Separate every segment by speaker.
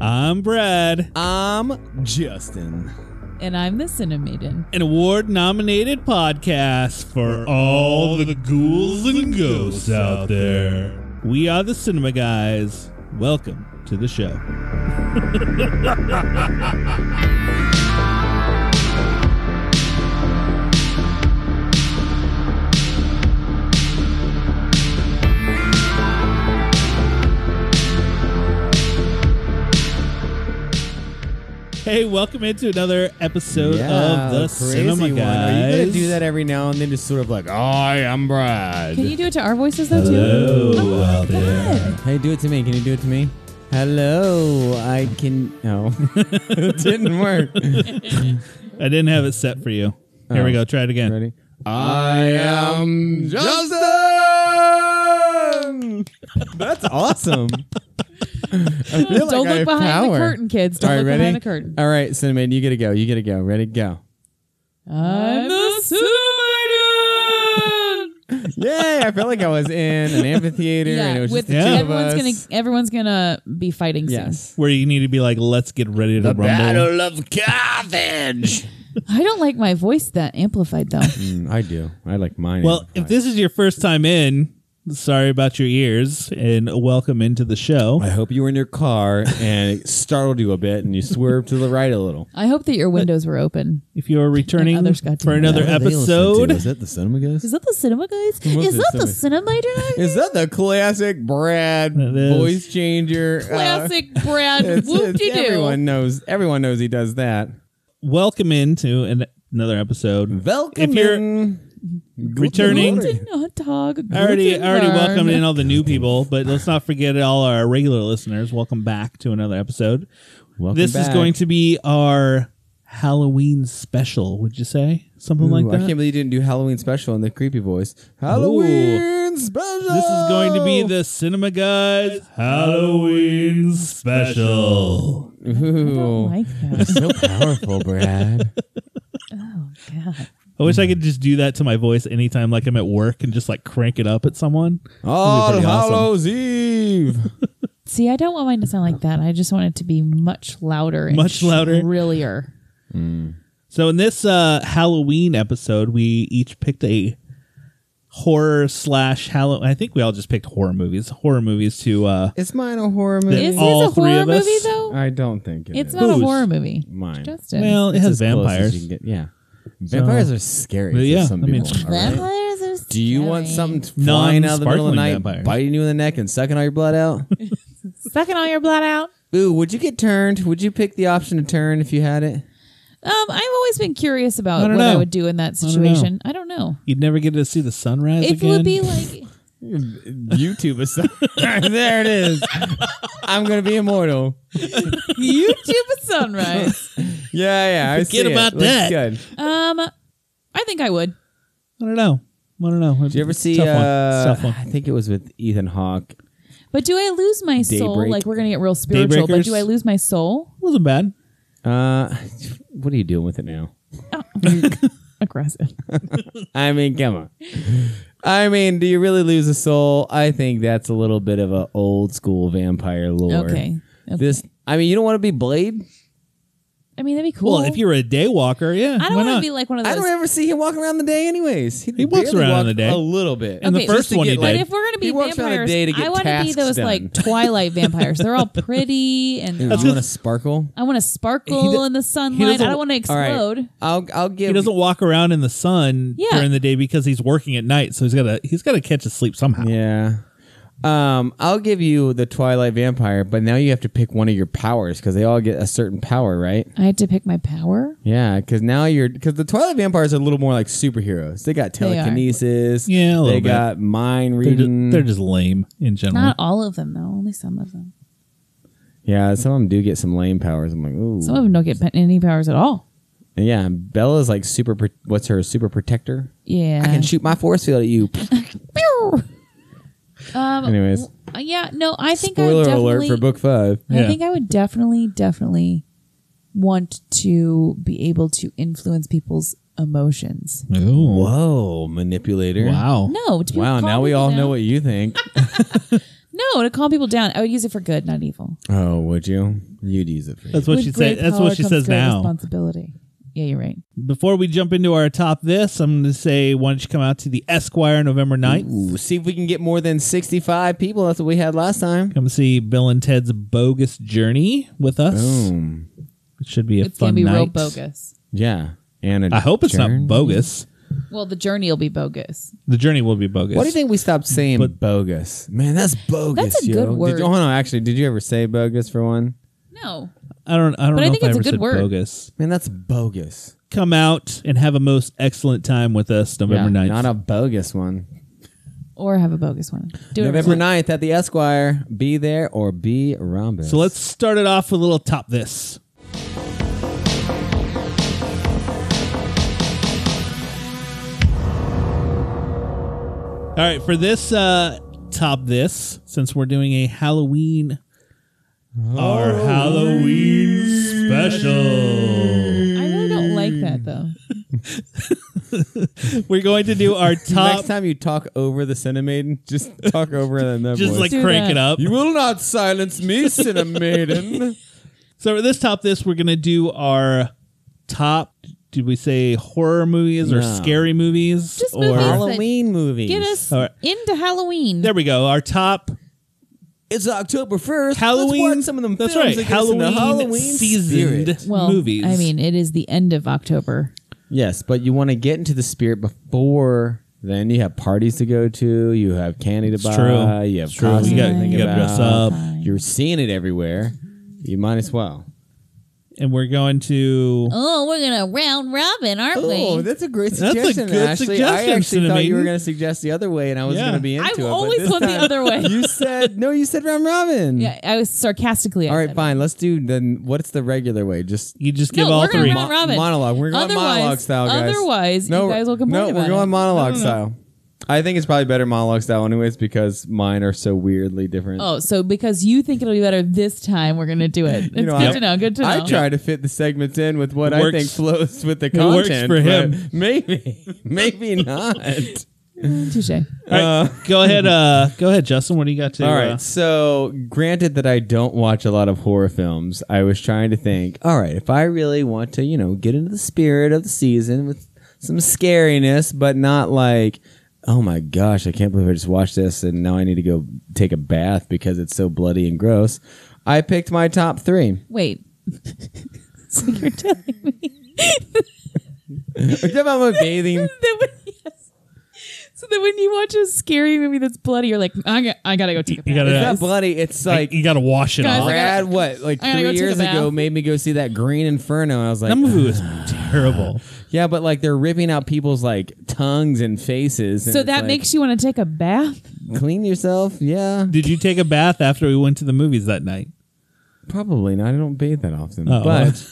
Speaker 1: I'm Brad,
Speaker 2: I'm Justin.
Speaker 3: And I'm the Cinemaiden.
Speaker 1: an award nominated podcast for all the ghouls and ghosts out there. We are the Cinema Guys. Welcome to the show. Hey, welcome into another episode of the Cinema
Speaker 2: one.
Speaker 1: Guys.
Speaker 2: Are you gonna do that every now and then? Just sort of like, "Hi, I'm Brad."
Speaker 3: Can you do it to our voices though
Speaker 1: Hello
Speaker 3: too? Oh my
Speaker 1: out there.
Speaker 3: God.
Speaker 2: hey, do it to me. Can you do it to me? Hello, I can. No, it didn't work.
Speaker 1: I didn't have it set for you. Here we
Speaker 2: Oh.
Speaker 1: go. Try it again.
Speaker 2: Ready? I am Justin. That's awesome. I feel like
Speaker 3: Don't
Speaker 2: I
Speaker 3: look
Speaker 2: have
Speaker 3: behind the
Speaker 2: power.
Speaker 3: curtain, kids. Don't
Speaker 2: All right,
Speaker 3: look
Speaker 2: ready?
Speaker 3: behind the curtain.
Speaker 2: All right, Cinnamon, you get to go. You get to go. Ready? Go.
Speaker 3: I'm the Cinemaiden.
Speaker 2: Yay! I felt like I was in an amphitheater and it
Speaker 3: yeah,
Speaker 2: was
Speaker 3: with
Speaker 2: just the two
Speaker 1: Yeah.
Speaker 2: of
Speaker 3: everyone's gonna
Speaker 2: us.
Speaker 3: everyone's gonna be fighting
Speaker 2: Yes.
Speaker 1: Where you need to be like, let's get ready to rumble.
Speaker 2: of Carthage.
Speaker 3: soon. I don't like my voice that amplified though.
Speaker 2: Mm, I do. I like mine.
Speaker 1: Well, if this is your first time in, sorry about your ears and welcome into the show.
Speaker 2: I hope you were in your car and it startled you a bit and you swerved to the right a little.
Speaker 3: I hope that your windows were open.
Speaker 1: If you're returning
Speaker 3: others got to
Speaker 1: for
Speaker 3: know
Speaker 1: another
Speaker 3: that.
Speaker 1: episode,
Speaker 2: that the cinema guys?
Speaker 3: Is that the cinema guys?
Speaker 2: was
Speaker 3: Is
Speaker 2: the uh,
Speaker 3: that the Cinemaiden?
Speaker 2: Is that the classic Brad
Speaker 1: It is.
Speaker 2: voice changer? uh,
Speaker 3: Classic Brad.
Speaker 2: it's-
Speaker 3: Whoop
Speaker 2: it's-
Speaker 3: de
Speaker 2: everyone
Speaker 3: doo.
Speaker 2: knows. Everyone knows he does that.
Speaker 1: welcome into an, another episode.
Speaker 2: Welcome.
Speaker 1: If you're
Speaker 2: in.
Speaker 1: returning-
Speaker 2: Guten Morgen.
Speaker 3: Not dog.
Speaker 1: I already, I already welcomed in all the new people, but let's not forget all our regular listeners. Welcome back to another episode.
Speaker 2: Welcome
Speaker 1: this is
Speaker 2: back.
Speaker 1: going to be our Halloween special, would you say? Something
Speaker 2: Ooh,
Speaker 1: like
Speaker 2: I
Speaker 1: that?
Speaker 2: can't believe you didn't do Halloween special in the creepy voice. Halloween special.
Speaker 1: This is going to
Speaker 2: Oh!
Speaker 1: be the Cinema Guys Halloween special.
Speaker 3: I
Speaker 2: Ooh.
Speaker 3: don't like that.
Speaker 2: so powerful, Brad.
Speaker 3: Oh god.
Speaker 1: I wish I could just do that to my voice anytime, like I'm at work and just like crank it up at someone.
Speaker 2: All
Speaker 1: pretty awesome.
Speaker 2: Hallows Eve.
Speaker 3: See, I don't want mine to sound like that. I just want it to be much louder, and
Speaker 1: Much louder.
Speaker 3: shrillier.
Speaker 1: So in this uh, Halloween episode, we each picked a horror slash Halloween. I think we all just picked horror movies. Horror movies to uh,
Speaker 2: Is mine a horror
Speaker 1: That
Speaker 2: movie?
Speaker 3: Is this
Speaker 1: all
Speaker 3: a
Speaker 1: three
Speaker 3: horror
Speaker 1: of us-
Speaker 3: movie though?
Speaker 2: I don't think it
Speaker 3: it's
Speaker 2: is.
Speaker 3: not
Speaker 1: Who's
Speaker 3: a horror movie.
Speaker 2: Uh, mine.
Speaker 3: Justin.
Speaker 1: well, it
Speaker 2: It's
Speaker 1: has
Speaker 2: as close as you
Speaker 1: vampires.
Speaker 2: can get. Yeah, vampires are scary.
Speaker 1: But
Speaker 2: for
Speaker 1: yeah,
Speaker 2: some
Speaker 1: I mean-
Speaker 2: people, all right?
Speaker 3: Vampires are
Speaker 2: Do you want
Speaker 3: scary.
Speaker 2: something flying out of the middle of
Speaker 1: Non-sparkling
Speaker 2: the night,
Speaker 1: vampires.
Speaker 2: biting you in the neck and sucking all your blood out?
Speaker 3: sucking all your blood out?
Speaker 2: Ooh, would you get turned? Would you pick the option to turn if you had it?
Speaker 3: Um, I've always been curious about
Speaker 1: I
Speaker 3: what
Speaker 1: don't
Speaker 3: I
Speaker 1: know.
Speaker 3: would do in that
Speaker 1: don't know.
Speaker 3: situation. I don't know.
Speaker 1: You'd never get to see the sunrise
Speaker 3: It
Speaker 1: again.
Speaker 3: would be like
Speaker 2: YouTube is there. It is. I'm gonna be immortal.
Speaker 3: YouTube at sunrise.
Speaker 2: Yeah, yeah. I
Speaker 1: Forget
Speaker 2: see it.
Speaker 1: about
Speaker 2: Looks
Speaker 1: that.
Speaker 2: Good.
Speaker 3: Um, I think I would.
Speaker 1: I don't know. I don't know.
Speaker 2: Did you ever see?
Speaker 1: Tough one.
Speaker 2: uh,
Speaker 1: Tough one.
Speaker 2: I think it was with Ethan Hawke.
Speaker 3: But do I lose my soul?
Speaker 2: Daybreak.
Speaker 3: Like we're gonna get real spiritual, but do
Speaker 1: Daybreakers?
Speaker 3: I lose my soul?
Speaker 1: Wasn't bad.
Speaker 2: Uh, what are you doing with it now?
Speaker 3: Oh. Aggressive.
Speaker 2: I mean, come on. I mean, do you really lose a soul? I think that's a little bit of a old school vampire lore.
Speaker 3: Okay. okay.
Speaker 2: This, I mean, you don't want to be Blade.
Speaker 3: I mean, that'd be cool.
Speaker 1: Well, if you're a day walker, yeah.
Speaker 3: I don't
Speaker 1: why
Speaker 3: want to
Speaker 1: not?
Speaker 3: be like one of those.
Speaker 2: I don't ever see him walking around the day, anyways.
Speaker 1: He walks
Speaker 2: barely
Speaker 1: around
Speaker 2: walked
Speaker 1: the day.
Speaker 2: a little bit.
Speaker 1: And the
Speaker 3: Okay,
Speaker 1: first
Speaker 2: just to
Speaker 1: one he
Speaker 2: get, like-
Speaker 3: But
Speaker 1: did.
Speaker 3: if we're gonna
Speaker 2: He
Speaker 3: be
Speaker 2: walks around a
Speaker 3: vampires,
Speaker 2: day to get
Speaker 3: I want to be
Speaker 2: tasks
Speaker 3: those
Speaker 2: done.
Speaker 3: like Twilight vampires. They're all pretty and they're
Speaker 2: That's
Speaker 3: all-
Speaker 2: you want to sparkle.
Speaker 3: I want to
Speaker 1: He
Speaker 3: sparkle
Speaker 1: do-
Speaker 3: in the sunlight.
Speaker 1: doesn't-
Speaker 3: I don't want to
Speaker 2: All right,
Speaker 3: explode.
Speaker 2: I'll I'll give.
Speaker 1: he doesn't walk around in the sun
Speaker 3: Yeah.
Speaker 1: during the day because he's working at night, so he's gotta he's gotta catch his sleep somehow.
Speaker 2: Yeah. Um, I'll give you the Twilight vampire, but now you have to pick one of your powers because they all get a certain power, right?
Speaker 3: I had to pick my power.
Speaker 2: Yeah, because now you're because the Twilight vampires are a little more like superheroes. They got
Speaker 3: are.
Speaker 2: telekinesis.
Speaker 1: Yeah, a little
Speaker 2: they
Speaker 1: bit.
Speaker 2: got mind
Speaker 1: They're, just,
Speaker 2: reading.
Speaker 1: they're just lame in general.
Speaker 2: Uh-huh.
Speaker 3: Not all of them though. Only some of them.
Speaker 2: yeah, some of them do get some lame powers. I'm like, ooh.
Speaker 3: Some of them don't get pe- any powers at all.
Speaker 2: And yeah, Bella's like super. Pro- what's her super protector?
Speaker 3: Yeah.
Speaker 2: I can shoot my force field at you.
Speaker 3: Pew! um.
Speaker 2: Anyways,
Speaker 3: w- Yeah. No. I think I would
Speaker 2: spoiler
Speaker 3: definitely.
Speaker 2: alert for book five.
Speaker 3: I
Speaker 1: Yeah.
Speaker 3: think I would definitely, definitely want to be able to influence people's emotions.
Speaker 1: Ooh.
Speaker 2: Whoa, manipulator!
Speaker 1: Wow.
Speaker 3: No. To be able
Speaker 2: wow.
Speaker 3: to calm
Speaker 2: Now we
Speaker 3: people
Speaker 2: all
Speaker 3: down.
Speaker 2: know what you think.
Speaker 3: No, to calm people down. I would use it for good, not evil.
Speaker 2: Oh, would you? You'd use it for
Speaker 1: That's what
Speaker 3: With
Speaker 1: she said.
Speaker 3: great
Speaker 1: That's what
Speaker 3: power
Speaker 1: she
Speaker 3: comes
Speaker 1: says
Speaker 3: great
Speaker 1: now.
Speaker 3: Responsibility. Yeah, you're right.
Speaker 1: Before we jump into our top this, I'm going to say, why don't you come out to the Esquire November 9th?
Speaker 2: Ooh, see if we can get more than 65 people. That's what we had last time.
Speaker 1: Come see Bill and Ted's Bogus Journey with us.
Speaker 2: Boom.
Speaker 1: It should be a
Speaker 3: It's
Speaker 1: fun
Speaker 3: gonna be
Speaker 1: night.
Speaker 3: real bogus.
Speaker 2: Yeah. And
Speaker 1: I hope it's not bogus.
Speaker 3: Well, the journey will be bogus.
Speaker 1: The journey will be bogus.
Speaker 2: What do you think we stopped saying
Speaker 1: But-
Speaker 2: bogus? Man, that's bogus.
Speaker 3: That's a
Speaker 2: yo.
Speaker 3: good
Speaker 2: Did you-
Speaker 3: word.
Speaker 2: hold on, actually, did you ever say bogus for one?
Speaker 3: No,
Speaker 1: I don't. I don't
Speaker 3: But
Speaker 1: know
Speaker 3: I
Speaker 1: if
Speaker 3: think it's
Speaker 1: I
Speaker 3: a
Speaker 1: ever
Speaker 3: good
Speaker 1: said
Speaker 3: word.
Speaker 1: bogus.
Speaker 2: Man, that's bogus.
Speaker 1: Come out and have a most excellent time with us November 9th.
Speaker 2: Yeah, Not a bogus one.
Speaker 3: or have a bogus one. Do whatever
Speaker 2: November
Speaker 3: you want.
Speaker 2: 9th at the Esquire. Be there or be rhombus.
Speaker 1: so let's start it off with a little top this. All right, for this uh top this, since we're doing a Halloween, our
Speaker 2: Oh.
Speaker 1: Halloween special,
Speaker 3: I really don't like that though.
Speaker 1: we're going to do our top
Speaker 2: Next time you talk over the Cinemaiden, just talk over it in that
Speaker 1: just
Speaker 2: voice.
Speaker 1: like
Speaker 3: do
Speaker 1: crank
Speaker 3: that.
Speaker 1: it up.
Speaker 2: you will not silence me, Cinemaiden.
Speaker 1: So for this top this, we're gonna do our top. Did we say horror movies or
Speaker 2: No.
Speaker 1: scary movies?
Speaker 3: Just
Speaker 1: or
Speaker 3: movies.
Speaker 2: Halloween movies.
Speaker 3: Get us
Speaker 1: All right.
Speaker 3: into Halloween.
Speaker 1: there we go. Our top
Speaker 2: It's October first.
Speaker 1: Halloween.
Speaker 2: Let's watch some of them.
Speaker 1: That's
Speaker 2: films
Speaker 1: right.
Speaker 2: that get us in
Speaker 1: Halloween,
Speaker 2: the Halloween
Speaker 1: seasoned
Speaker 2: spirit.
Speaker 3: well,
Speaker 1: movies.
Speaker 3: I mean, it is the end of October.
Speaker 2: Yes, but you want to get into the spirit before. Then you have parties to go to. You have candy to buy.
Speaker 1: true.
Speaker 2: You have
Speaker 1: It's true.
Speaker 2: costumes
Speaker 1: You gotta-
Speaker 2: to think
Speaker 1: you gotta dress
Speaker 2: about.
Speaker 1: up.
Speaker 2: You're seeing it everywhere. You might as well.
Speaker 1: and we're going to.
Speaker 3: Oh, we're gonna round robin, aren't
Speaker 2: Oh, that's a great
Speaker 1: That's a
Speaker 2: suggestion,
Speaker 1: good
Speaker 2: Ashley.
Speaker 1: suggestion,
Speaker 2: I actually thought you were
Speaker 1: Cinemaiden.
Speaker 2: going to suggest the other way, and I was
Speaker 1: Yeah.
Speaker 2: going to be into
Speaker 3: I've
Speaker 2: it. but
Speaker 3: always
Speaker 2: this
Speaker 3: went the
Speaker 2: time-
Speaker 3: other way.
Speaker 2: You said no. You said round robin.
Speaker 3: Yeah, I was sarcastically.
Speaker 2: All right,
Speaker 3: upset.
Speaker 2: fine. Let's do then. What's the regular way? Just
Speaker 1: You just give
Speaker 3: no,
Speaker 1: all
Speaker 3: we're gonna
Speaker 1: three.
Speaker 3: round robin.
Speaker 2: monologue. We're going
Speaker 3: Otherwise-
Speaker 2: monologue style, guys.
Speaker 3: Otherwise, you
Speaker 2: we're-
Speaker 3: guys will complain
Speaker 2: No,
Speaker 3: about
Speaker 2: we're going
Speaker 3: it.
Speaker 2: monologue style. I think it's probably better monologue style, anyways, because mine are so weirdly different.
Speaker 3: Oh, so because you think it'll be better this time, we're gonna do it. It's
Speaker 2: You know,
Speaker 3: good
Speaker 2: I-
Speaker 3: to know. Good to know.
Speaker 2: I try to fit the segments in with what
Speaker 1: It
Speaker 2: I
Speaker 1: works-
Speaker 2: think flows with the
Speaker 1: works
Speaker 2: content.
Speaker 1: for
Speaker 2: but
Speaker 1: him.
Speaker 2: Maybe, maybe not.
Speaker 3: Touche.
Speaker 1: All right, go ahead. Uh, go ahead, Justin. What do you got to?
Speaker 2: All
Speaker 1: uh,
Speaker 2: right. So, granted that I don't watch a lot of horror films, I was trying to think, all right, if I really want to, you know, get into the spirit of the season with some scariness, but not like, oh my gosh, I can't believe I just watched this and now I need to go take a bath because it's so bloody and gross. I picked my top three.
Speaker 3: Wait. so you're telling me
Speaker 2: Are you talking about my bathing?
Speaker 3: that when yes. So that when you watch a scary movie that's bloody, you're like, I got, I gotta go take a bath.
Speaker 1: You gotta-
Speaker 2: It's
Speaker 1: Yeah.
Speaker 2: not bloody. It's
Speaker 1: Like
Speaker 2: like
Speaker 1: you got to wash it
Speaker 3: Guys,
Speaker 1: off.
Speaker 3: I
Speaker 2: Brad, what, like
Speaker 3: I gotta go
Speaker 2: three
Speaker 3: take a
Speaker 2: years ago,
Speaker 3: bath.
Speaker 2: made me go see that Green Inferno. And I was like,
Speaker 1: That movie was terrible.
Speaker 2: Yeah, but like they're ripping out people's like tongues and faces. And
Speaker 3: so
Speaker 2: it's
Speaker 3: that
Speaker 2: like,
Speaker 3: makes you want to take a bath.
Speaker 2: clean yourself. Yeah,
Speaker 1: Did you take a bath after we went to the movies that night?
Speaker 2: probably not. I don't bathe that often,
Speaker 1: Oh,
Speaker 2: but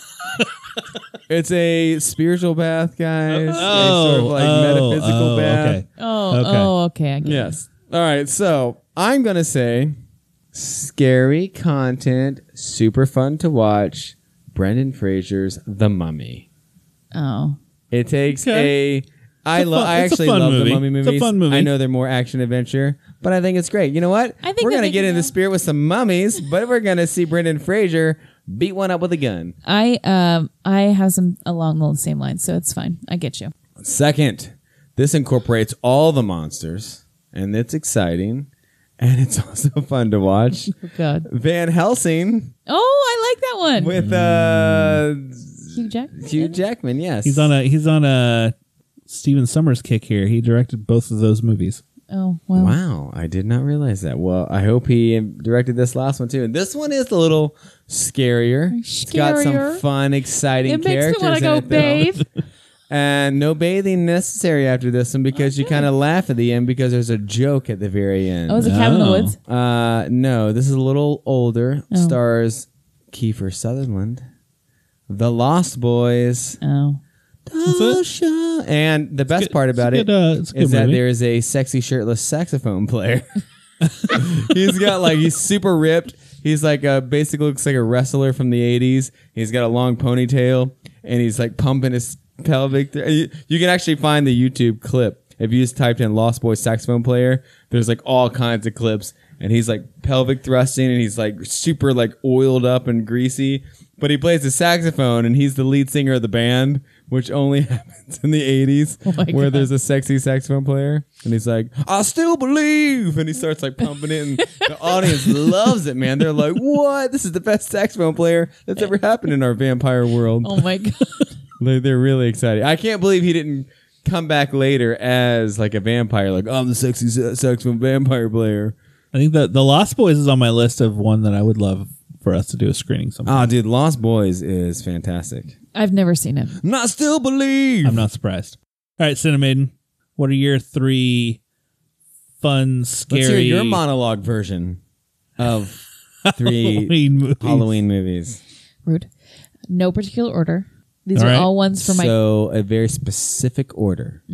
Speaker 2: it's a spiritual bath, guys.
Speaker 1: Oh,
Speaker 2: a sort of like
Speaker 1: oh,
Speaker 2: metaphysical
Speaker 1: oh,
Speaker 2: bath.
Speaker 1: okay.
Speaker 3: Oh,
Speaker 1: Okay.
Speaker 3: oh, okay. I get it.
Speaker 2: Yes. All right. So I'm gonna say scary content, super fun to watch. Brendan Fraser's The Mummy.
Speaker 3: Oh,
Speaker 2: It takes
Speaker 1: Okay.
Speaker 2: a. I
Speaker 1: a
Speaker 2: love.
Speaker 1: fun-
Speaker 2: I
Speaker 1: it's a
Speaker 2: actually
Speaker 1: fun
Speaker 2: love
Speaker 1: movie.
Speaker 2: the mummy
Speaker 1: It's
Speaker 2: movies.
Speaker 1: a fun movie.
Speaker 2: I know they're more action adventure, but I think it's great. You know what?
Speaker 3: I think
Speaker 2: we're
Speaker 3: that
Speaker 2: gonna
Speaker 3: they
Speaker 2: get
Speaker 3: can
Speaker 2: into the
Speaker 3: go-
Speaker 2: spirit with some mummies, but we're gonna see Brendan Fraser beat one up with a gun.
Speaker 3: I um, I have some along the same lines, so it's fine. I get you.
Speaker 2: Second, this incorporates all the monsters, and it's exciting, and it's also fun to watch.
Speaker 3: Oh, God.
Speaker 2: Van Helsing
Speaker 3: Oh, I like that one.
Speaker 2: with uh,
Speaker 3: Hugh Jackman.
Speaker 2: Hugh Jackman. Yes,
Speaker 1: He's on a he's on a Steven Summers kick here. He directed both of those movies.
Speaker 3: Oh, wow.
Speaker 2: Wow, I did not realize that. Well, I hope he directed this last one too. And this one is a little scarier. It's got some
Speaker 3: Scarier.
Speaker 2: fun, exciting
Speaker 3: It makes me
Speaker 2: characters
Speaker 3: want to
Speaker 2: in
Speaker 3: go
Speaker 2: it, though.
Speaker 3: bathe.
Speaker 2: And no bathing necessary after this one because you kind of laugh at the end because there's a joke at the very end.
Speaker 3: Oh, is it Cabin in the
Speaker 1: No.
Speaker 3: Woods?
Speaker 2: uh, no, this is a little older.
Speaker 3: Oh.
Speaker 2: Stars Kiefer Sutherland, The Lost Boys,
Speaker 3: Oh.
Speaker 2: Tasha, and the best
Speaker 1: good-
Speaker 2: part
Speaker 1: it's
Speaker 2: about
Speaker 1: a
Speaker 2: it
Speaker 1: good, uh, it's a
Speaker 2: is
Speaker 1: good
Speaker 2: that
Speaker 1: movie.
Speaker 2: there is a sexy shirtless saxophone player. he's got like he's super ripped. He's like uh, basically looks like a wrestler from the '80s. He's got a long ponytail and he's like pumping his pelvic. Th- you, you can actually find the YouTube clip if you just typed in "Lost Boy saxophone player." There's like all kinds of clips. and he's like pelvic thrusting and he's like super like oiled up and greasy. But he plays the saxophone and he's the lead singer of the band, which only happens in the 80s
Speaker 3: my
Speaker 2: where
Speaker 3: God.
Speaker 2: there's a sexy saxophone player. And he's like, I still believe. And he starts like pumping it. And the audience loves it, man. They're like, what? This is the best saxophone player that's ever happened in our vampire world.
Speaker 3: Oh my god.
Speaker 2: Like they're really excited. I can't believe he didn't come back later as like a vampire. Like I'm the sexy se- saxophone vampire player.
Speaker 1: I think the the Lost Boys is on my list of one that I would love for us to do a screening sometime.
Speaker 2: Ah, dude, Lost Boys is fantastic.
Speaker 3: I've never seen it.
Speaker 2: Not still believe.
Speaker 1: I'm not surprised. All right, Cinemaiden, what are your three fun, scary
Speaker 2: Let's hear your monologue version of three
Speaker 1: Halloween movies?
Speaker 2: Halloween movies.
Speaker 3: Rude. No particular order. These
Speaker 1: All
Speaker 3: are
Speaker 1: right.
Speaker 3: all ones from my.
Speaker 2: so a very specific order.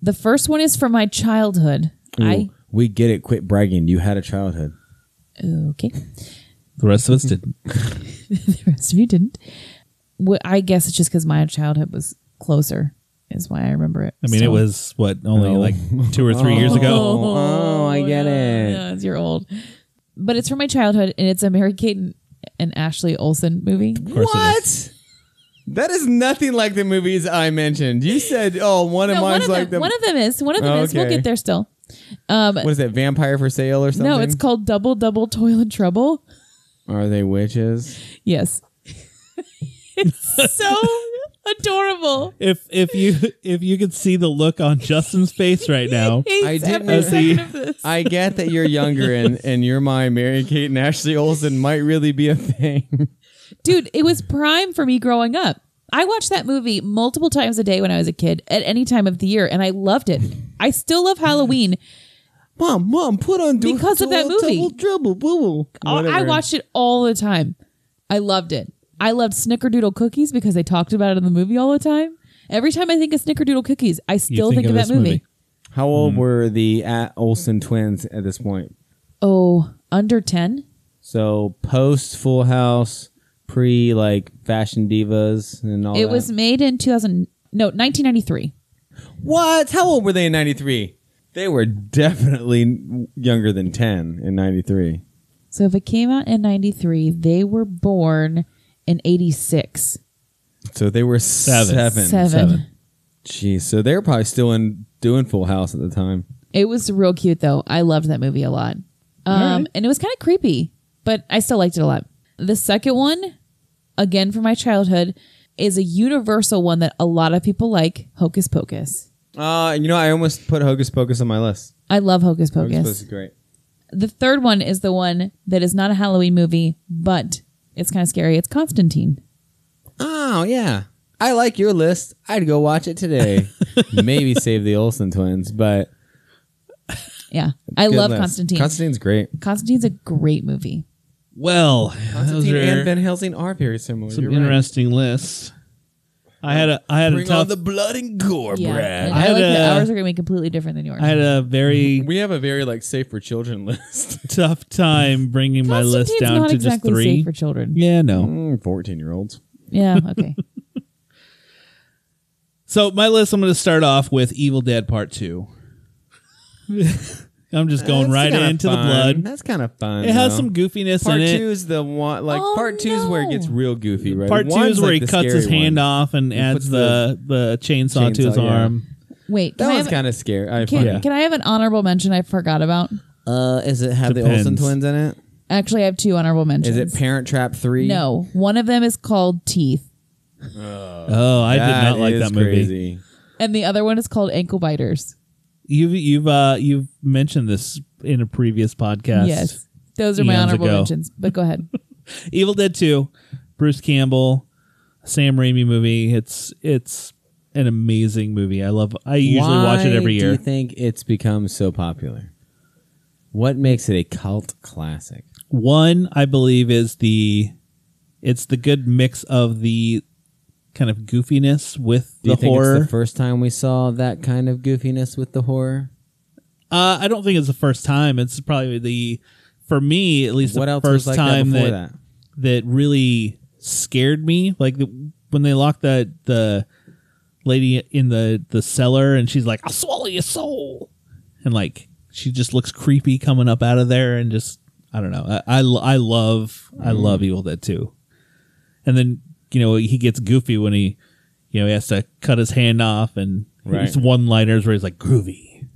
Speaker 3: The first one is from my childhood. I
Speaker 2: Ooh, we get it. Quit bragging. You had a childhood.
Speaker 3: okay.
Speaker 1: The rest of us didn't.
Speaker 3: the rest of you didn't. Wh- I guess it's just because my childhood was closer, is why I remember it.
Speaker 1: I mean, it
Speaker 3: still.
Speaker 1: was what only
Speaker 2: No.
Speaker 1: like two or three years ago.
Speaker 2: Oh, oh, I get it.
Speaker 3: Yeah, it's your old. But it's from my childhood, and it's a Mary Kate and, and Ashley Olsen movie.
Speaker 1: Of course it is.
Speaker 2: That is nothing like the movies I mentioned. You said, "Oh, one of
Speaker 3: No, one
Speaker 2: mine's
Speaker 3: of
Speaker 2: like
Speaker 3: them.
Speaker 2: the
Speaker 3: One of them is. One of them
Speaker 2: Oh,
Speaker 3: is. We'll
Speaker 2: okay.
Speaker 3: get there still. Um,
Speaker 2: what is that? Vampire for sale or something?
Speaker 3: no, it's called Double Double Toil and Trouble.
Speaker 2: Are they witches?
Speaker 3: Yes, it's so adorable.
Speaker 1: If if you if you could see the look on Justin's face right now,
Speaker 3: Hates
Speaker 2: I didn't-
Speaker 3: every
Speaker 2: I
Speaker 1: see.
Speaker 3: second of this.
Speaker 2: I get that you're younger and in your mind, Mary Kate and Ashley Olsen might really be a thing.
Speaker 3: dude it was prime for me growing up i watched that movie multiple times a day when i was a kid at any time of the year and i loved it i still love halloween
Speaker 2: Mom, mom, put on do-
Speaker 3: Because of that
Speaker 2: double-
Speaker 3: movie.
Speaker 2: double dribble, boo
Speaker 3: I- i watched it all the time i loved it i loved snickerdoodle cookies because they talked about it in the movie all the time every time i think of snickerdoodle cookies i still
Speaker 1: think of
Speaker 3: think, of,
Speaker 1: this
Speaker 3: that movie.
Speaker 1: movie.
Speaker 2: How old were the uh, Olsen twins at this point?
Speaker 3: oh under 10
Speaker 2: So post Full House, pre like fashion divas and all.
Speaker 3: it
Speaker 2: that.
Speaker 3: was made in 2000 no 1993
Speaker 2: What? How old were they in 93? They were definitely younger than 10 in 93.
Speaker 3: so if it came out in 93 they were born in 86
Speaker 2: So they were
Speaker 1: Seven.
Speaker 2: seven.
Speaker 3: seven.
Speaker 2: Jeez. So they were probably still in doing Full House at the time.
Speaker 3: It was real cute though. I loved that movie a lot. Um, and it was kind of creepy, but I still liked it a lot. The second one, again from my childhood, is a universal one that a lot of people like, Hocus Pocus.
Speaker 2: Uh, you know, I almost put Hocus Pocus on my list.
Speaker 3: I love Hocus
Speaker 2: Hocus
Speaker 3: Pocus.
Speaker 2: Pocus is great.
Speaker 3: The third one is the one that is not a Halloween movie, but it's kind of scary. It's Constantine.
Speaker 2: Oh, yeah. I like your list. I'd go watch it today. Maybe save the Olsen twins, but
Speaker 3: Yeah. I
Speaker 2: good
Speaker 3: love
Speaker 2: list.
Speaker 3: Constantine.
Speaker 2: Constantine's great.
Speaker 3: Constantine's a great movie.
Speaker 1: Well, those
Speaker 2: Constantine and
Speaker 1: are
Speaker 2: Van Helsing are very similar.
Speaker 1: some
Speaker 2: You're right.
Speaker 1: interesting lists. I had a I had a
Speaker 2: Bring on
Speaker 1: tough
Speaker 2: the blood and gore,
Speaker 3: Yeah.
Speaker 2: Brad.
Speaker 3: And I,
Speaker 1: I
Speaker 3: like
Speaker 1: had
Speaker 3: that
Speaker 1: a-
Speaker 3: ours are going to be completely different than yours.
Speaker 1: I had a very
Speaker 2: We have a very like safe for children list.
Speaker 1: tough time bringing my list
Speaker 3: Constantine's
Speaker 1: down
Speaker 3: not
Speaker 1: to
Speaker 3: exactly
Speaker 1: just three.
Speaker 3: safe for Mm. children.
Speaker 1: yeah, no.
Speaker 2: Fourteen year olds.
Speaker 3: Yeah. Okay.
Speaker 1: So my list, I'm going to start off with Evil Dead Part Two. I'm just going right into the blood.
Speaker 2: That's kind of fun.
Speaker 1: It has
Speaker 2: though.
Speaker 1: some goofiness
Speaker 2: Part
Speaker 1: in it.
Speaker 2: two is the one. Like
Speaker 3: Oh,
Speaker 2: part two is where it gets
Speaker 3: no.
Speaker 2: real goofy. Right.
Speaker 1: Part two
Speaker 2: One's,
Speaker 1: is where
Speaker 2: like,
Speaker 1: he
Speaker 2: the
Speaker 1: cuts his
Speaker 2: scary
Speaker 1: hand
Speaker 2: one.
Speaker 1: off and
Speaker 2: puts
Speaker 1: adds the, the chainsaw, to
Speaker 2: chainsaw,
Speaker 1: his
Speaker 2: yeah.
Speaker 1: arm.
Speaker 3: Wait.
Speaker 2: That
Speaker 3: can I
Speaker 2: one's
Speaker 3: have-
Speaker 2: kind of scary. I
Speaker 3: Can,
Speaker 2: find it.
Speaker 3: can I have an honorable mention I forgot about?
Speaker 2: Uh, is it have the Olsen
Speaker 1: Depends.
Speaker 2: twins in it?
Speaker 3: Actually, I have two honorable mentions.
Speaker 2: Is it Parent Trap three?
Speaker 3: no, one of them is called Teeth,
Speaker 1: Oh, I did not like
Speaker 2: is
Speaker 1: that movie.
Speaker 2: Crazy.
Speaker 3: and the other one is called Ankle Biters.
Speaker 1: You've you've uh, you've mentioned this in a previous podcast.
Speaker 3: Yes, those are my
Speaker 1: Eons
Speaker 3: honorable
Speaker 1: ago.
Speaker 3: mentions. But go ahead.
Speaker 1: Evil Dead Two, Bruce Campbell, Sam Raimi movie. It's it's an amazing movie. I love. I usually watch it every
Speaker 2: Do you
Speaker 1: year.
Speaker 2: think it's become so popular? What makes it a cult classic?
Speaker 1: One, I believe, is the it's the good mix of the kind of goofiness with
Speaker 2: Do you
Speaker 1: the
Speaker 2: think
Speaker 1: horror.
Speaker 2: it's the first time we saw that kind of goofiness with the horror?
Speaker 1: uh, I don't think it's the first time. It's probably the for me at least
Speaker 2: What
Speaker 1: the
Speaker 2: else
Speaker 1: first
Speaker 2: was like
Speaker 1: time
Speaker 2: that before
Speaker 1: that,
Speaker 2: that?
Speaker 1: that really scared me. Like the, when they locked the the lady in the the cellar and she's like, "I'll swallow your soul," and like she just looks creepy coming up out of there and just I don't know. I I, I love I
Speaker 2: Mm.
Speaker 1: love Evil Dead 2. And then, you know, he gets goofy when he you know, he has to cut his hand off and
Speaker 2: Right.
Speaker 1: it's one-liners where he's like groovy.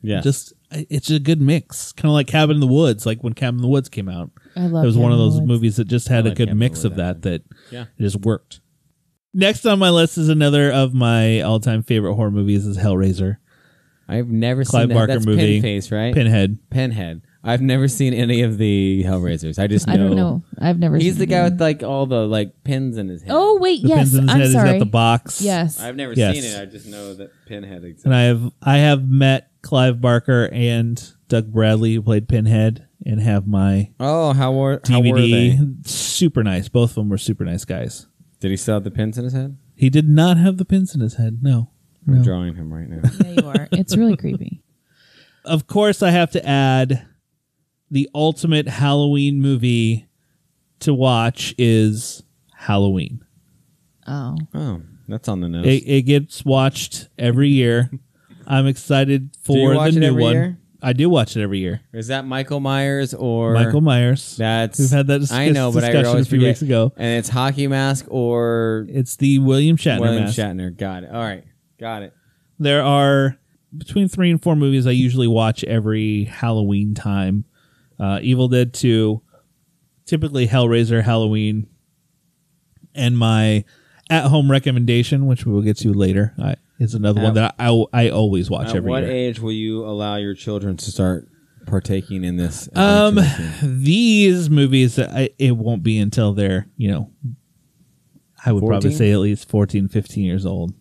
Speaker 2: Yeah.
Speaker 1: Just it's a good mix, kind of like Cabin in the Woods, like when Cabin in the Woods came out.
Speaker 3: I love
Speaker 1: It was one of
Speaker 3: Cabin in
Speaker 1: those
Speaker 3: the Woods.
Speaker 1: movies that just had
Speaker 2: I
Speaker 1: a
Speaker 2: like
Speaker 1: good
Speaker 2: Cabin in the
Speaker 1: mix
Speaker 2: Woods,
Speaker 1: of that that
Speaker 2: Yeah.
Speaker 1: it just worked. Next on my list is another of my all-time favorite horror movies is Hellraiser,
Speaker 2: I've never
Speaker 1: Clive
Speaker 2: seen that.
Speaker 1: Barker
Speaker 2: That's
Speaker 1: movie.
Speaker 2: Pinface, right?
Speaker 1: Pinhead.
Speaker 2: Pinhead. I've never seen any of the Hellraisers. I just know.
Speaker 3: I don't know. I've never.
Speaker 2: He's
Speaker 3: seen
Speaker 2: the
Speaker 3: it.
Speaker 2: guy with like all the like pins in his head.
Speaker 3: Oh wait,
Speaker 1: The
Speaker 3: yes.
Speaker 1: pins in his
Speaker 3: I'm
Speaker 1: head.
Speaker 3: sorry.
Speaker 1: He's got the box.
Speaker 3: Yes.
Speaker 2: I've never
Speaker 1: Yes.
Speaker 2: seen it. I just know that Pinhead exists.
Speaker 1: And I have I have met Clive Barker and Doug Bradley who played Pinhead and have my
Speaker 2: Oh, how were how were they?
Speaker 1: DVD. Super nice. Both of them were super nice guys.
Speaker 2: Did he still have the pins in his head?
Speaker 1: He did not have the pins in his head. No.
Speaker 2: I'm
Speaker 1: No.
Speaker 2: drawing him right now.
Speaker 3: yeah, you are. It's really creepy.
Speaker 1: Of course, I have to add the ultimate Halloween movie to watch is Halloween.
Speaker 3: Oh,
Speaker 2: oh, that's on the nose.
Speaker 1: It, it gets watched every year. I'm excited for
Speaker 2: watch
Speaker 1: the
Speaker 2: it
Speaker 1: new
Speaker 2: every
Speaker 1: one.
Speaker 2: year?
Speaker 1: I do watch it every year.
Speaker 2: Is that Michael Myers or
Speaker 1: Michael Myers.
Speaker 2: That's
Speaker 1: We've had that dis-
Speaker 2: I know, but I
Speaker 1: discussion
Speaker 2: always
Speaker 1: a few
Speaker 2: forget.
Speaker 1: weeks ago.
Speaker 2: And it's hockey mask or
Speaker 1: It's the William Shatner
Speaker 2: William
Speaker 1: mask.
Speaker 2: Shatner. Got it. All right, got it.
Speaker 1: there are between three and four movies I usually watch every Halloween time. Uh, Evil Dead 2, typically Hellraiser, Halloween, and my at home recommendation, which we will get to later, uh, is another
Speaker 2: At-
Speaker 1: one that I, I always watch
Speaker 2: At
Speaker 1: every
Speaker 2: Uh, what
Speaker 1: year.
Speaker 2: age will you allow your children to start partaking in this?
Speaker 1: Um,
Speaker 2: activity?
Speaker 1: these movies, I, it won't be until they're, you know, I would probably
Speaker 2: 14?
Speaker 1: say at least 14, 15 years old.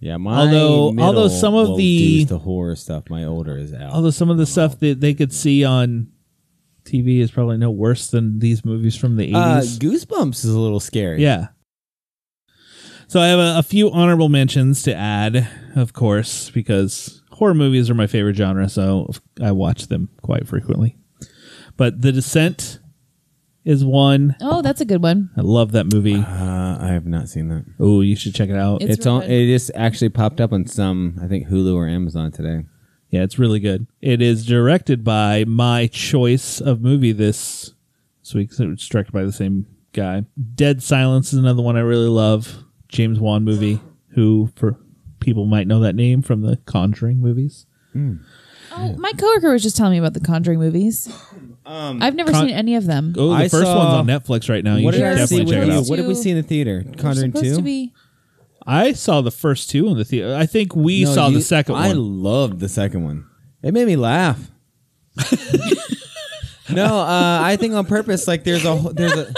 Speaker 2: yeah. My
Speaker 1: although-
Speaker 2: middle
Speaker 1: although some of
Speaker 2: will
Speaker 1: the-
Speaker 2: do the horror stuff, my older is out.
Speaker 1: Although some of the stuff that they could see on TV is probably no worse than these movies from the
Speaker 2: uh,
Speaker 1: 80s.
Speaker 2: Goosebumps is a little scary.
Speaker 1: yeah. So I have a, a few honorable mentions to add, of course, because horror movies are my favorite genre, so I watch them quite frequently. But The Descent is one.
Speaker 3: oh, that's a good one.
Speaker 1: I love that movie.
Speaker 2: Uh, I have not seen that.
Speaker 1: Oh, you should check it out.
Speaker 3: It's
Speaker 2: It's, on.
Speaker 3: really
Speaker 2: It just actually popped up on some. I think Hulu or Amazon today.
Speaker 1: Yeah, it's really good. It is directed by my choice of movie this this week. So it's directed by the same guy. Dead Silence is another one I really love. James Wan movie, who for people might know that name from the Conjuring movies.
Speaker 3: Oh, my coworker was just telling me about the Conjuring movies.
Speaker 2: Um,
Speaker 3: I've never
Speaker 1: Con-
Speaker 3: seen any of them.
Speaker 1: Oh, the
Speaker 2: I
Speaker 1: first
Speaker 2: saw-
Speaker 1: one's on Netflix right now. You
Speaker 2: what
Speaker 1: should
Speaker 2: did I see?
Speaker 1: definitely
Speaker 2: with
Speaker 1: check it
Speaker 2: you?
Speaker 1: out.
Speaker 3: Those
Speaker 2: What did we
Speaker 3: two-
Speaker 2: see in the theater?
Speaker 3: They're
Speaker 2: Conjuring
Speaker 3: supposed
Speaker 2: two.
Speaker 3: to be.
Speaker 1: I saw the first two in the theater. I think we
Speaker 2: No,
Speaker 1: saw
Speaker 2: you-
Speaker 1: the second
Speaker 2: I
Speaker 1: one.
Speaker 2: loved the second one. It made me laugh. no, uh, I think on purpose. Like there's a there's a.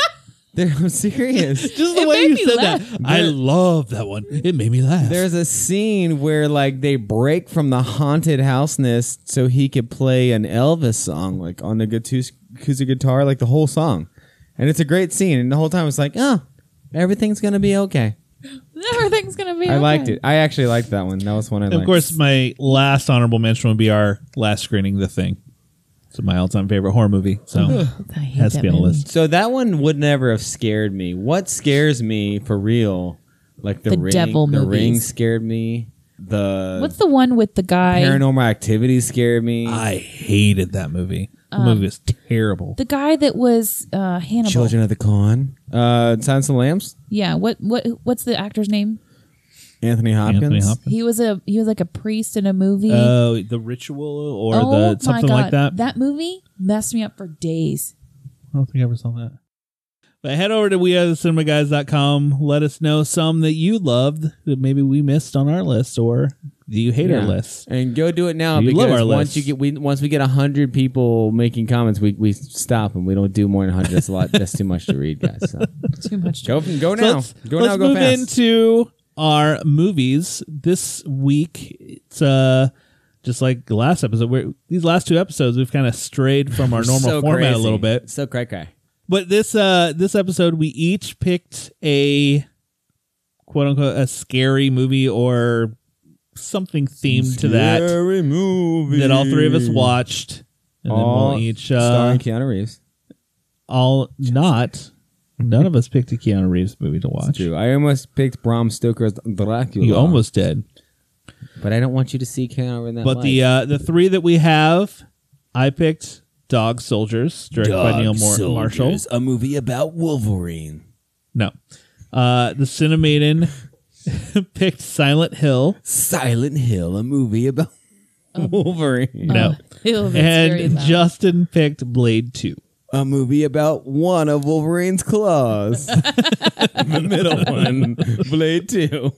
Speaker 2: There, I'm serious.
Speaker 1: Just the
Speaker 3: It
Speaker 1: way
Speaker 3: made
Speaker 1: you
Speaker 3: me
Speaker 1: said
Speaker 3: laugh.
Speaker 1: that. I love that one. It made me laugh.
Speaker 2: There's a scene where like they break from the haunted houseness so he could play an Elvis song like on the acoustic acoustic guitar, like the whole song, and it's a great scene. And the whole time it's like, oh, everything's gonna be okay.
Speaker 3: Everything's gonna be.
Speaker 2: I liked
Speaker 3: okay.
Speaker 2: it. I actually liked that one. That was one I
Speaker 1: And
Speaker 2: liked.
Speaker 1: of course, my last honorable mention would be our last screening, The Thing. It's my all-time favorite horror movie, so
Speaker 3: I hate
Speaker 1: has to
Speaker 3: that
Speaker 1: be on the
Speaker 3: movie.
Speaker 1: list.
Speaker 2: So that one would never have scared me. What scares me for real? Like the,
Speaker 3: The
Speaker 2: ring.
Speaker 3: devil
Speaker 2: the
Speaker 3: movies.
Speaker 2: ring scared me. The
Speaker 3: What's the one with the guy?
Speaker 2: paranormal activity scared me.
Speaker 1: I hated that movie. The
Speaker 3: Um,
Speaker 1: movie was terrible.
Speaker 3: The guy that was uh, Hannibal.
Speaker 2: Children of the Corn. Uh, Silence of the Lambs.
Speaker 3: Yeah. What? What? What's the actor's name?
Speaker 2: Anthony Hopkins.
Speaker 1: Anthony Hopkins.
Speaker 3: He was a. He was like a priest in a movie.
Speaker 1: Oh, the ritual or
Speaker 3: oh
Speaker 1: the
Speaker 3: my
Speaker 1: something
Speaker 3: god!
Speaker 1: like that.
Speaker 3: That movie messed me up for days.
Speaker 1: I don't think I ever saw that. But head over to wearethecinemaguys.com. Let us know some that you loved that maybe we missed on our list, or do you hate our
Speaker 2: Yeah.
Speaker 1: list?
Speaker 2: And go do it now
Speaker 1: You love
Speaker 2: because
Speaker 1: our
Speaker 2: once
Speaker 1: lists.
Speaker 2: you get we once we get hundred people making comments, we, we stop and we don't do more than hundred. That's a lot. That's too much to read, guys. So.
Speaker 3: Too much.
Speaker 2: Go go
Speaker 1: So
Speaker 2: now.
Speaker 1: let's
Speaker 2: go
Speaker 1: let's
Speaker 2: now. Go
Speaker 1: move
Speaker 2: fast.
Speaker 1: into our movies this week. It's uh just like the last episode. Where these last two episodes, we've kind of strayed from our normal
Speaker 2: So
Speaker 1: format a
Speaker 2: crazy.
Speaker 1: little bit.
Speaker 2: So cray cray.
Speaker 1: But this uh this episode, we each picked a quote unquote a scary movie or something themed to that
Speaker 2: Scary movie
Speaker 1: that all three of us watched, and
Speaker 2: all
Speaker 1: then we'll each uh,
Speaker 2: Oh, starring Keanu Reeves.
Speaker 1: all not. None of us picked a Keanu Reeves movie to
Speaker 2: That's
Speaker 1: watch.
Speaker 2: true. I almost picked Bram Stoker's Dracula.
Speaker 1: You almost did.
Speaker 2: But I don't want you to see Keanu in that.
Speaker 1: But the
Speaker 2: light.
Speaker 1: uh, the three that we have, I picked Dog Soldiers, directed uh, by Neil Mor- Marshall.
Speaker 2: a movie about Wolverine.
Speaker 1: No, uh, the Cinemaiden picked Silent Hill.
Speaker 2: Silent Hill, a movie about Wolverine.
Speaker 1: No,
Speaker 3: Ew, Oh, that's very
Speaker 1: and
Speaker 3: loud.
Speaker 1: Justin picked Blade Two.
Speaker 2: a movie about one of Wolverine's claws. the middle one, Blade 2.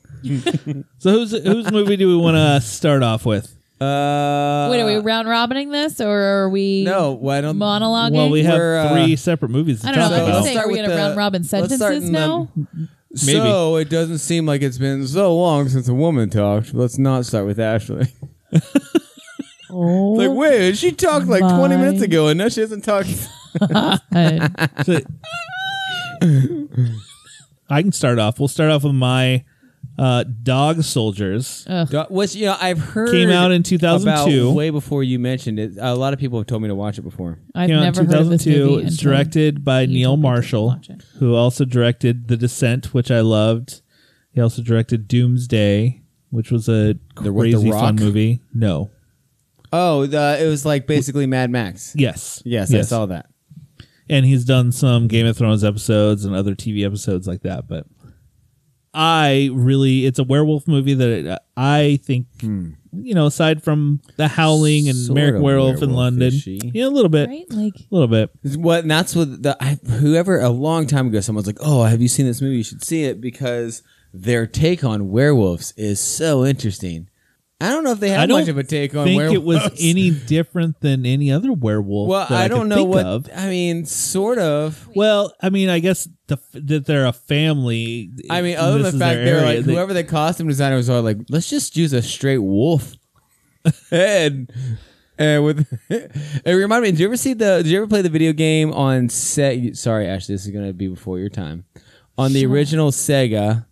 Speaker 1: So whose whose movie do we want to start off with?
Speaker 2: Uh,
Speaker 3: Wait, are we round robining this or are we
Speaker 2: No, why don't
Speaker 3: monologuing?
Speaker 1: um, Well, we have
Speaker 2: We're, uh,
Speaker 1: three separate movies to
Speaker 3: I don't know,
Speaker 1: talk
Speaker 3: I was
Speaker 1: about.
Speaker 3: saying- are we
Speaker 2: with
Speaker 3: gonna round robin
Speaker 2: let's start
Speaker 3: sentences
Speaker 2: in the-
Speaker 3: now?
Speaker 2: So it doesn't seem like it's been so long since a woman talked. Let's not start with Ashley.
Speaker 3: Oh,
Speaker 2: Like, wait, she talked like 20
Speaker 3: My-
Speaker 2: minutes ago, and now she hasn't talked.
Speaker 3: God.
Speaker 1: So- I can start off. We'll start off with my uh, Dog Soldiers.
Speaker 2: Do- Which you know, I've heard
Speaker 1: Came out in 2002.
Speaker 2: about way before you mentioned it. A lot of people have told me to watch it before.
Speaker 3: I've
Speaker 1: Came out
Speaker 3: never
Speaker 1: in
Speaker 3: heard of this
Speaker 1: 2002.
Speaker 3: movie.
Speaker 1: It's
Speaker 3: until-
Speaker 1: directed by Neil
Speaker 3: told me to
Speaker 1: Marshall,
Speaker 3: watch it.
Speaker 1: who also directed The Descent, which I loved. He also directed Doomsday, which was a
Speaker 2: The- with The
Speaker 1: crazy fun
Speaker 2: Rock?
Speaker 1: movie. No.
Speaker 2: Oh, the, it was like basically Mad Max.
Speaker 1: Yes.
Speaker 2: Yes, I saw that.
Speaker 1: and he's done some Game of Thrones episodes and other TV episodes like that. But I really, it's a werewolf movie that it, I think, you know, aside from The Howling and
Speaker 2: Hmm. Sort
Speaker 1: Merrick
Speaker 2: of
Speaker 1: Werewolf in
Speaker 2: werewolf-ishy.
Speaker 1: London, yeah, a little bit,
Speaker 3: Right? Like
Speaker 1: a little bit.
Speaker 2: What and that's what the I, whoever a long time ago someone's like, "Oh, have you seen this movie? You should see it because their take on werewolves is so interesting." I don't know if they
Speaker 1: I
Speaker 2: had
Speaker 1: don't
Speaker 2: much of a take on
Speaker 1: think
Speaker 2: werewolves.
Speaker 1: it was any different than any other werewolf.
Speaker 2: well,
Speaker 1: that I,
Speaker 2: I
Speaker 1: could
Speaker 2: don't know
Speaker 1: think
Speaker 2: what
Speaker 1: Of.
Speaker 2: I mean. Sort of.
Speaker 1: Well, I mean, I guess the, f- that they're a family.
Speaker 2: I mean, other
Speaker 1: this
Speaker 2: than the
Speaker 1: is their
Speaker 2: fact they were
Speaker 1: area,
Speaker 2: like, whoever the costume designer was, all like, let's just use a straight wolf head. And with it reminded me, did you ever see the? Did you ever play the video game on Sega? Sorry, Ashley, this is gonna be before your time. On the original Sega,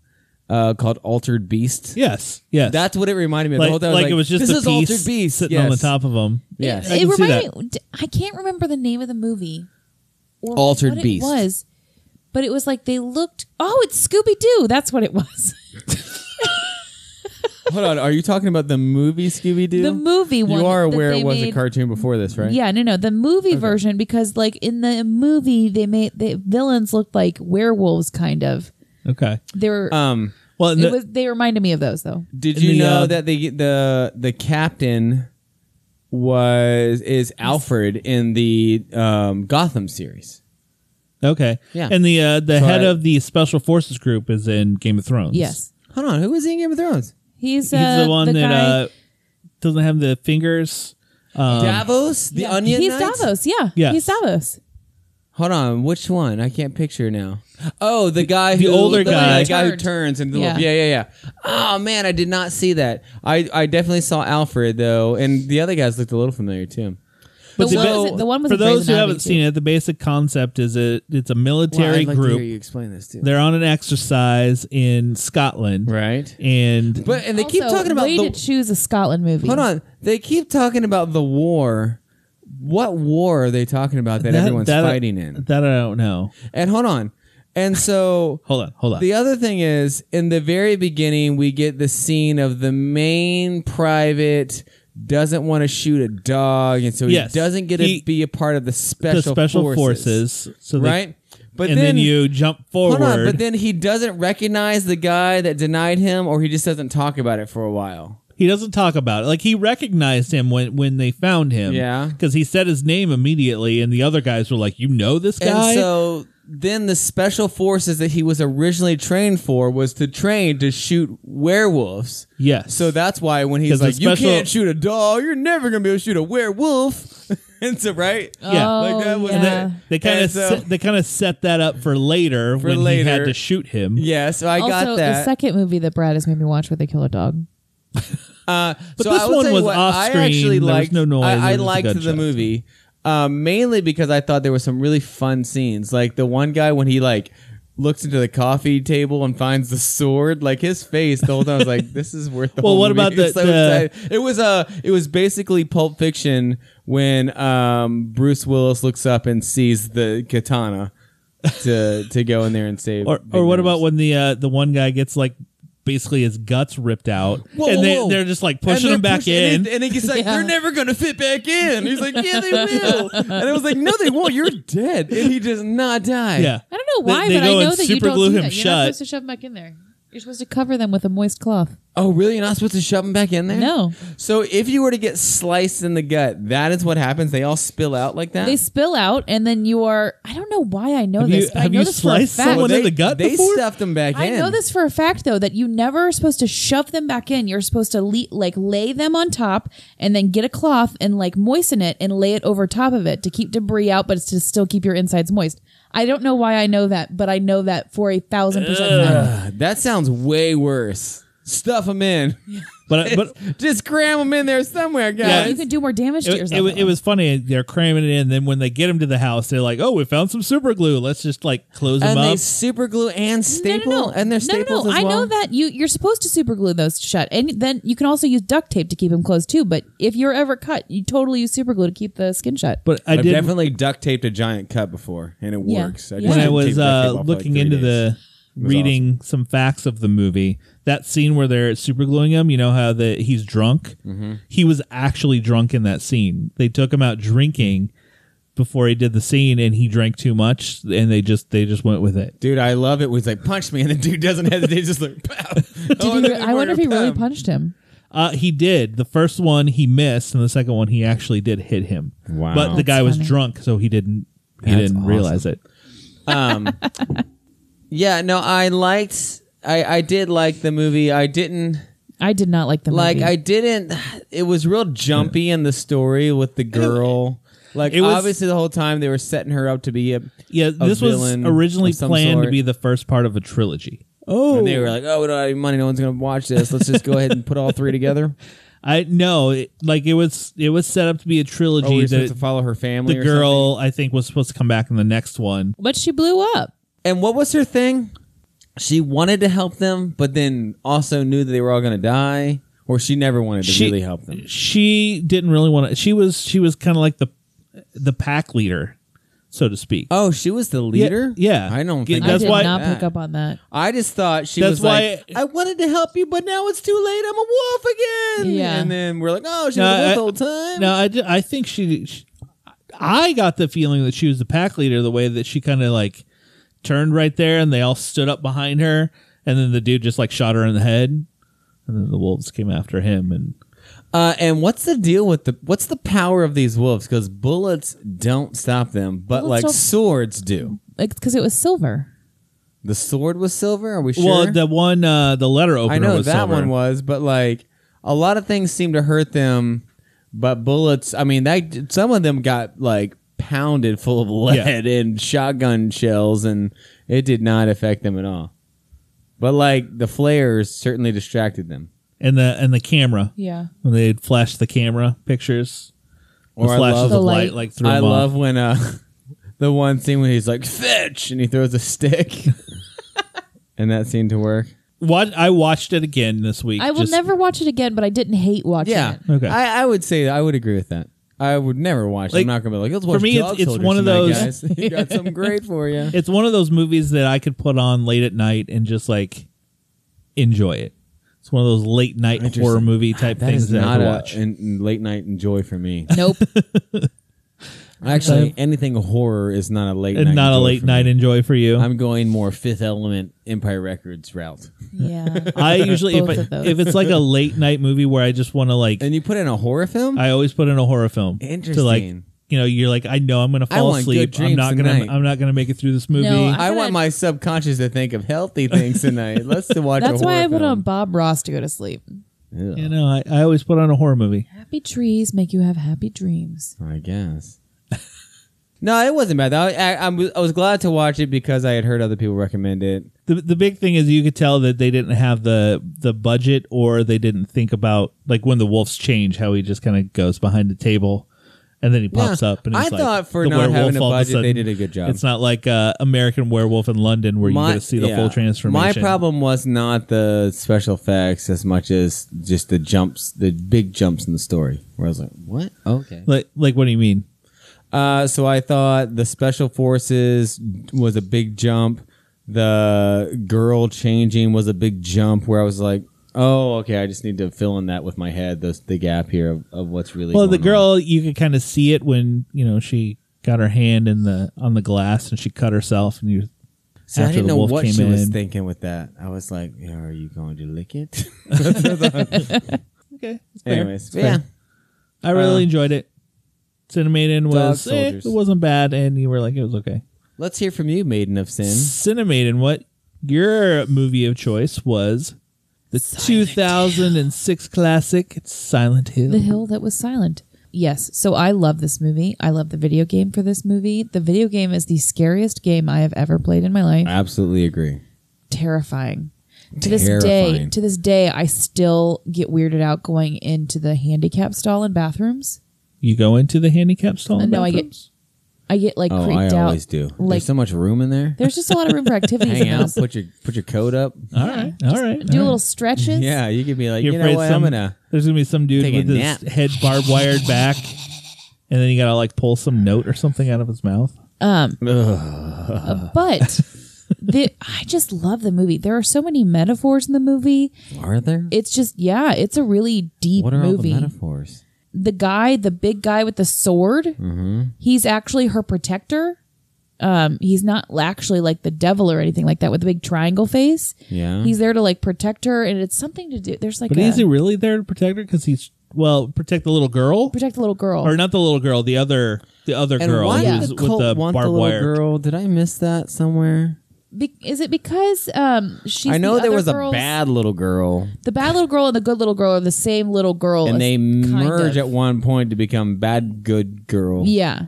Speaker 2: uh, called Altered Beast.
Speaker 1: yes, yes.
Speaker 2: That's what it reminded me of.
Speaker 1: like,
Speaker 2: the whole time I was
Speaker 1: like it was just
Speaker 2: this
Speaker 1: a
Speaker 2: is
Speaker 1: piece
Speaker 2: Altered Beast
Speaker 1: sitting on the
Speaker 2: Yes.
Speaker 1: top of them.
Speaker 2: Yes.
Speaker 1: I can
Speaker 3: it
Speaker 1: see
Speaker 3: reminded me. d- I can't remember the name of the movie. Or
Speaker 2: Altered
Speaker 3: what
Speaker 2: Beast.
Speaker 3: It was, but it was like they looked. Oh, it's Scooby Doo. That's what it was.
Speaker 2: Hold on, are you talking about the movie Scooby Doo?
Speaker 3: The movie one.
Speaker 2: You are
Speaker 3: that
Speaker 2: aware
Speaker 3: they
Speaker 2: it was
Speaker 3: made.
Speaker 2: a cartoon before this, right?
Speaker 3: Yeah, no, no, the movie version because like in the movie they made the villains looked like werewolves, kind of.
Speaker 1: Okay.
Speaker 3: They were.
Speaker 2: Um.
Speaker 1: Well,
Speaker 3: it
Speaker 1: the-
Speaker 3: was. They reminded me of those though.
Speaker 2: Did
Speaker 1: in
Speaker 2: you
Speaker 1: the,
Speaker 2: know
Speaker 1: uh,
Speaker 2: that the the the captain was is Alfred in the um, Gotham series?
Speaker 1: Okay.
Speaker 2: Yeah.
Speaker 1: And the uh, the
Speaker 2: So
Speaker 1: head
Speaker 2: I-
Speaker 1: of the special forces group is in Game of Thrones.
Speaker 3: Yes,
Speaker 2: Hold on, who was he in Game of Thrones?
Speaker 3: he's,
Speaker 1: He's
Speaker 3: uh,
Speaker 1: the one that
Speaker 3: guy,
Speaker 1: uh, doesn't have the fingers. Um,
Speaker 2: Davos, the
Speaker 3: yeah.
Speaker 2: Onion.
Speaker 3: He's
Speaker 2: Knights?
Speaker 3: Davos. Yeah.
Speaker 1: Yes.
Speaker 3: He's Davos.
Speaker 2: Hold on, which one? I can't picture now. Oh, the guy,
Speaker 1: the
Speaker 2: who,
Speaker 1: older guy.
Speaker 2: the guy who
Speaker 3: Turned.
Speaker 2: turns into the
Speaker 3: Yeah.
Speaker 2: yeah. yeah, yeah, yeah. Oh man, I did not see that. I I definitely saw Alfred though, and the other guys looked a little familiar too.
Speaker 3: But the,
Speaker 1: the
Speaker 3: one
Speaker 1: ba-
Speaker 3: was, the one was
Speaker 1: For
Speaker 3: in Grey's
Speaker 1: those who
Speaker 3: Anatomy,
Speaker 1: haven't
Speaker 3: too.
Speaker 1: seen it, the basic concept is it it's a military
Speaker 2: I'd like to
Speaker 1: group.
Speaker 2: hear you explain this too.
Speaker 1: They're on an exercise in Scotland.
Speaker 2: Right.
Speaker 1: And
Speaker 2: But and they keep
Speaker 3: Also,
Speaker 2: talking about
Speaker 3: way
Speaker 2: the,
Speaker 3: to choose a Scotland movie.
Speaker 2: Hold on. They keep talking about the war. What war are they talking about that, everyone's fighting in?
Speaker 1: That I don't know.
Speaker 2: And hold on. And so
Speaker 1: Hold on, hold on.
Speaker 2: the other thing is in the very beginning we get the scene of the main private doesn't want to shoot a dog and so he
Speaker 1: Yes.
Speaker 2: doesn't get to
Speaker 1: He-
Speaker 2: be a part of the
Speaker 1: the
Speaker 2: special,
Speaker 1: special forces. so they-
Speaker 2: right? But
Speaker 1: and then, you jump forward.
Speaker 2: Hold on, but then he doesn't recognize the guy that denied him or he just doesn't talk about it for a while.
Speaker 1: He doesn't talk about it. Like he recognized him when when they found him.
Speaker 2: Yeah.
Speaker 1: because he said his name immediately, and the other guys were like, "You know this guy."
Speaker 2: And so then the special forces that he was originally trained for was to train to shoot werewolves.
Speaker 1: yes.
Speaker 2: So that's why when
Speaker 1: 'Cause
Speaker 2: he's
Speaker 1: the
Speaker 2: like, "You
Speaker 1: special-
Speaker 2: can't shoot a dog. You're never gonna be able to shoot a werewolf." and so right,
Speaker 1: Yeah.
Speaker 3: Oh,
Speaker 2: Like, that was
Speaker 1: And
Speaker 3: yeah.
Speaker 1: they, they kind of
Speaker 2: And so-
Speaker 1: set, they kind of set that up for later when he had
Speaker 2: later.
Speaker 1: to shoot him.
Speaker 2: yeah. So I
Speaker 3: also,
Speaker 2: got
Speaker 3: the
Speaker 2: that.
Speaker 3: second movie that Brad has made me watch where they kill a dog.
Speaker 2: Uh,
Speaker 1: But
Speaker 2: so
Speaker 1: this
Speaker 2: I will
Speaker 1: one
Speaker 2: tell you
Speaker 1: was
Speaker 2: what,
Speaker 1: off
Speaker 2: I
Speaker 1: screen,
Speaker 2: actually
Speaker 1: there was
Speaker 2: liked,
Speaker 1: no noise,
Speaker 2: I,
Speaker 1: there
Speaker 2: I
Speaker 1: was just
Speaker 2: liked the
Speaker 1: gunshots.
Speaker 2: movie um, mainly because I thought there were some really fun scenes, like the one guy when he like looks into the coffee table and finds the sword. Like his face, the whole time I was like, "This is worth the
Speaker 1: Well,
Speaker 2: whole
Speaker 1: what
Speaker 2: movie."
Speaker 1: about the-
Speaker 2: It's so
Speaker 1: the-
Speaker 2: exciting. It was uh, it was basically Pulp Fiction when um, Bruce Willis looks up and sees the katana to to go in there and save.
Speaker 1: Or
Speaker 2: Big
Speaker 1: or what
Speaker 2: Nose.
Speaker 1: about when the uh, the one guy gets like basically his guts ripped out,
Speaker 2: Whoa,
Speaker 1: and they,
Speaker 2: whoa.
Speaker 1: they're just like pushing him back in.
Speaker 2: And, it, and it gets like,
Speaker 3: Yeah.
Speaker 2: they're never going to fit back in. He's like, yeah, they will. And I was like, no, they won't. You're dead. And he does not die.
Speaker 1: yeah,
Speaker 3: I don't know
Speaker 1: They-
Speaker 3: why,
Speaker 1: they
Speaker 3: but I
Speaker 1: go
Speaker 3: know
Speaker 1: and
Speaker 3: that you don't
Speaker 1: superglue
Speaker 3: do
Speaker 1: him
Speaker 3: that. You're not
Speaker 1: shut.
Speaker 3: supposed to shove them back in there. You're supposed to cover them with a moist cloth.
Speaker 2: Oh, really? You're not supposed to shove him back in there?
Speaker 3: No.
Speaker 2: So if you were to get sliced in the gut, that is what happens. They all spill out like that.
Speaker 3: They spill out, and then you are. I don't know why I know
Speaker 1: Have
Speaker 3: this.
Speaker 1: you-
Speaker 3: but I
Speaker 1: have
Speaker 3: know
Speaker 1: you
Speaker 3: this for a
Speaker 1: sliced
Speaker 3: fact.
Speaker 1: someone
Speaker 2: they,
Speaker 1: in the gut
Speaker 2: They
Speaker 1: before?
Speaker 2: stuffed him back
Speaker 3: I
Speaker 2: in.
Speaker 3: know this for a fact though that you never are supposed to shove them back in. You're supposed to le- like lay them on top and then get a cloth and like moisten it and lay it over top of it to keep debris out, but it's to still keep your insides moist. I don't know why I know that, but I know that for a thousand percent. fact.
Speaker 2: Ugh, Uh, that sounds way worse. Stuff them in.
Speaker 1: but but
Speaker 2: Just cram them in there somewhere,
Speaker 3: Uh, You
Speaker 2: guys.
Speaker 3: can do more damage to
Speaker 1: it,
Speaker 3: yourself.
Speaker 1: it, wa- it was funny. They're cramming it in. Then when they get him to the house, they're like, "Oh, we found some super glue. Let's just like close him
Speaker 2: and they
Speaker 1: up."
Speaker 2: super glue and staple,
Speaker 3: No, no, no.
Speaker 2: and they're
Speaker 3: no, no,
Speaker 2: staples
Speaker 3: no.
Speaker 2: as
Speaker 3: I
Speaker 2: well.
Speaker 3: know that you you're supposed to super glue those shut, and then you can also use duct tape to keep them closed too. But if you're ever cut, you totally use super glue to keep the skin shut.
Speaker 1: but I
Speaker 2: I've
Speaker 1: did
Speaker 2: definitely duct taped a giant cut before, and it
Speaker 3: Yeah.
Speaker 2: works.
Speaker 3: Yeah.
Speaker 2: just
Speaker 1: when I
Speaker 2: taped duct
Speaker 1: was
Speaker 2: tape
Speaker 1: uh,
Speaker 2: off for, like,
Speaker 1: looking
Speaker 2: three
Speaker 1: into
Speaker 2: days.
Speaker 1: the
Speaker 2: was
Speaker 1: reading some facts of the movie, that scene where they're super gluing him, you know how that he's drunk.
Speaker 2: Mm-hmm.
Speaker 1: He was actually drunk in that scene. They took him out drinking before he did the scene, and he drank too much, and they just they just went with it.
Speaker 2: Dude, I love it. Was like punched me, and the dude doesn't hesitate. He's Just like, pow. Oh,
Speaker 3: Did he re- I wonder if he really punched him.
Speaker 1: Uh, he did. The first one he missed, and the second one he actually did hit him.
Speaker 2: Wow.
Speaker 1: But the
Speaker 2: That's
Speaker 1: guy was
Speaker 3: funny.
Speaker 1: drunk, so he didn't he
Speaker 2: That's
Speaker 1: didn't
Speaker 2: awesome.
Speaker 1: realize it.
Speaker 2: Um, yeah, no, I liked. I I did like the movie. I didn't
Speaker 3: I did not like the movie.
Speaker 2: like. I didn't. It was real jumpy in the story with the girl. Like
Speaker 1: It was-
Speaker 2: obviously the whole time they were setting her up to be a
Speaker 1: Yeah,
Speaker 2: a
Speaker 1: this was
Speaker 2: villain
Speaker 1: originally
Speaker 2: of some
Speaker 1: planned to
Speaker 2: sort.
Speaker 1: be the first part of a trilogy.
Speaker 2: Oh, and they were like, oh, we don't have any money. No one's gonna watch this. Let's just go ahead and put all three together.
Speaker 1: I no, it, like it was it was set up to be a
Speaker 2: Oh,
Speaker 1: trilogy
Speaker 2: we're supposed
Speaker 1: that
Speaker 2: to follow her family.
Speaker 1: the
Speaker 2: or
Speaker 1: girl I think was supposed to come back in the next one.
Speaker 3: but she blew up.
Speaker 2: And what was her thing? She wanted to help them, but then also knew that they were all going to die, or she never wanted to
Speaker 1: She-
Speaker 2: really help them.
Speaker 1: She didn't really want to. She was she was kind of like the the pack leader, so to speak.
Speaker 2: Oh, she was the leader.
Speaker 1: yeah.
Speaker 2: I don't
Speaker 1: Yeah,
Speaker 2: think
Speaker 1: That's
Speaker 3: I did
Speaker 1: why-
Speaker 3: not pick up on that.
Speaker 2: I just thought she
Speaker 1: That's
Speaker 2: was like,
Speaker 1: why-
Speaker 2: I wanted to help you, but now it's too late. I'm a wolf again.
Speaker 3: Yeah.
Speaker 2: And then we're like, oh, she
Speaker 1: No,
Speaker 2: was a wolf
Speaker 1: I-
Speaker 2: the whole time.
Speaker 1: No, I, ju- I think she, she. I got the feeling that she was the pack leader the way that she kind of like turned right there and they all stood up behind her. And then the dude just like shot her in the head. And then the wolves came after him. And
Speaker 2: Uh, and what's the deal with the what's the power of these wolves? Because bullets don't stop them, but
Speaker 3: Bullets
Speaker 2: like
Speaker 3: don't-
Speaker 2: swords do.
Speaker 3: Like because it was silver.
Speaker 2: The sword was silver. Are we sure?
Speaker 1: well, the one, uh, the letter opener
Speaker 2: I know
Speaker 1: was
Speaker 2: that
Speaker 1: silver.
Speaker 2: one was, but like a lot of things seem to hurt them. But bullets, I mean, that some of them got like pounded full of lead and shotgun shells, and it did not affect them at all. But like the flares certainly distracted them.
Speaker 1: And the, and the camera.
Speaker 3: Yeah.
Speaker 1: When they had flashed the camera pictures. The
Speaker 2: Or I
Speaker 1: flashes
Speaker 2: love,
Speaker 3: The
Speaker 1: of light,
Speaker 3: light.
Speaker 1: like through
Speaker 2: I love when uh, the one scene when he's like fetch and he throws a stick, and that seemed to work.
Speaker 1: What I watched it again this week.
Speaker 3: I will
Speaker 1: just-
Speaker 3: never watch it again, but I didn't hate watching
Speaker 2: Yeah,
Speaker 3: it.
Speaker 1: Okay.
Speaker 2: I, I would say that I would agree with that. I would never watch. it.
Speaker 1: Like,
Speaker 2: I'm not gonna be like, let's watch.
Speaker 1: me, it's-
Speaker 2: Dog
Speaker 1: it's
Speaker 2: Soldiers
Speaker 1: one of
Speaker 2: tonight,
Speaker 1: those-
Speaker 2: Guys. you got something great for you.
Speaker 1: It's one of those movies that I could put on late at night and just like enjoy it. It's one of those late night
Speaker 2: Interesting.
Speaker 1: horror movie type
Speaker 2: That
Speaker 1: things
Speaker 2: is
Speaker 1: that
Speaker 2: not
Speaker 1: I could
Speaker 2: a
Speaker 1: watch.
Speaker 2: an- an late night enjoy for me.
Speaker 3: Nope.
Speaker 2: Actually, anything horror is not a late night.
Speaker 1: and Uh, not a
Speaker 2: enjoy
Speaker 1: late
Speaker 2: for
Speaker 1: night
Speaker 2: Me.
Speaker 1: enjoy for you. i
Speaker 2: I'm going more Fifth Element, Empire Records route.
Speaker 3: yeah.
Speaker 1: usually if,
Speaker 3: Both
Speaker 1: I-
Speaker 3: of those.
Speaker 1: if it's like a late night movie where I just want to like,
Speaker 2: And you put in a horror film.
Speaker 1: I always put in a horror film to like,
Speaker 2: Interesting.
Speaker 1: you know, you're like, I know I'm gonna
Speaker 2: I
Speaker 1: fall
Speaker 2: want good
Speaker 1: asleep. I'm
Speaker 2: dreams
Speaker 1: not gonna,
Speaker 2: tonight.
Speaker 1: I'm not gonna make it through this movie.
Speaker 3: I-
Speaker 2: I
Speaker 3: kinda-
Speaker 2: want my subconscious to think of healthy things tonight. Let's to watch.
Speaker 3: That's
Speaker 2: a horror
Speaker 3: why I put on
Speaker 2: film.
Speaker 3: Bob Ross to go to sleep.
Speaker 2: Ugh,
Speaker 1: you know, I, I always put on a horror movie.
Speaker 3: Happy trees make you have happy dreams.
Speaker 2: I guess. no, it wasn't bad. I, I, I was- I was glad to watch it because I had heard other people recommend it.
Speaker 1: The, the big thing is you could tell that they didn't have the the budget or they didn't think about like when the wolves change how he just kind of goes behind the table and then he pops
Speaker 2: Yeah,
Speaker 1: up and he's
Speaker 2: I
Speaker 1: like,
Speaker 2: thought for
Speaker 1: the
Speaker 2: not
Speaker 1: werewolf
Speaker 2: having a
Speaker 1: all of
Speaker 2: budget, they
Speaker 1: sudden-
Speaker 2: did a good job.
Speaker 1: It's not like uh, American Werewolf in London where you get to see the
Speaker 2: yeah.
Speaker 1: full transformation.
Speaker 2: My problem was not the special effects as much as just the jumps, the big jumps in the story. Where I was like, "What? Okay."
Speaker 1: like like what do you mean?
Speaker 2: Uh, so I thought the special forces was a big jump. The girl changing was a big jump where I was like, oh, okay, I just need to fill in that with my head, the, the gap here of, of what's really
Speaker 1: Well, the
Speaker 2: going on.
Speaker 1: girl, you could kind of see it when you know she got her hand in the on the glass and she cut herself, and you.
Speaker 2: See, I
Speaker 1: after
Speaker 2: didn't
Speaker 1: the
Speaker 2: know
Speaker 1: wolf
Speaker 2: what
Speaker 1: came
Speaker 2: she was
Speaker 1: in.
Speaker 2: thinking with that. I was like, "Yeah, are you going to lick it?
Speaker 1: Okay.
Speaker 2: Anyways, but yeah.
Speaker 1: I really
Speaker 2: Uh,
Speaker 1: enjoyed it. Cinemaiden was eh,
Speaker 2: Soldiers.
Speaker 1: it wasn't bad, and you were like it was okay.
Speaker 2: Let's hear from you, Maiden of Sin.
Speaker 1: Cinemaiden, what your movie of choice was? The 2006 classic, it's Silent Hill.
Speaker 3: The Hill That Was Silent. Yes, so I love this movie. I love the video game for this movie. The video game is the scariest game I have ever played in my life.
Speaker 2: absolutely agree.
Speaker 3: terrifying. To this day,
Speaker 2: Terrifying.
Speaker 3: to this day, I still get weirded out going into the handicap stall in bathrooms.
Speaker 1: You go into the handicap stall. in
Speaker 3: No, I get-
Speaker 1: bathrooms?
Speaker 3: I get like
Speaker 2: Oh,
Speaker 3: creeped
Speaker 2: I
Speaker 3: out.
Speaker 2: always do.
Speaker 3: Like
Speaker 2: There's so much room in there.
Speaker 3: there's just a lot of room for activities
Speaker 2: Hang
Speaker 3: in
Speaker 2: out,
Speaker 3: those.
Speaker 2: put your put your coat up.
Speaker 1: All right, all right.
Speaker 3: Do
Speaker 1: all
Speaker 3: little
Speaker 1: right.
Speaker 3: stretches.
Speaker 2: Yeah, you could be like,
Speaker 1: You're
Speaker 2: you know
Speaker 1: afraid
Speaker 2: what,
Speaker 1: some,
Speaker 2: I'm gonna.
Speaker 1: there's gonna be some dude
Speaker 2: take a
Speaker 1: with his
Speaker 2: nap.
Speaker 1: head barbed wired back, and then you gotta like pull some note or something out of his mouth.
Speaker 3: But the, I just love the movie. There are so many metaphors in the movie.
Speaker 2: Are there?
Speaker 3: It's just yeah, it's a really deep
Speaker 2: what are
Speaker 3: movie.
Speaker 2: all the metaphors?
Speaker 3: the guy, the big guy with the sword,
Speaker 2: Mm-hmm.
Speaker 3: he's actually her protector. Um, he's not actually like the devil or anything like that with the big triangle face.
Speaker 2: Yeah.
Speaker 3: He's there to like protect her, and it's something to do. There's like
Speaker 1: But
Speaker 3: a,
Speaker 1: is he really there to protect her? Because he's well, protect the little girl,
Speaker 3: protect the little girl.
Speaker 1: or not the little girl, the other, the other
Speaker 2: And
Speaker 1: girl
Speaker 2: why
Speaker 1: who's
Speaker 2: did the
Speaker 1: with
Speaker 2: cult
Speaker 1: the
Speaker 2: want
Speaker 1: barbed
Speaker 2: the little
Speaker 1: wire.
Speaker 2: girl? Did I miss that somewhere?
Speaker 3: Be- is it because um she's?
Speaker 2: I know
Speaker 3: the
Speaker 2: there
Speaker 3: other
Speaker 2: was
Speaker 3: girl's-
Speaker 2: a bad little girl,
Speaker 3: The bad little girl and the good little girl are the same little girl,
Speaker 2: and
Speaker 3: as-
Speaker 2: they
Speaker 3: kind
Speaker 2: merge
Speaker 3: of.
Speaker 2: at one point to become bad good girl.
Speaker 3: Yeah,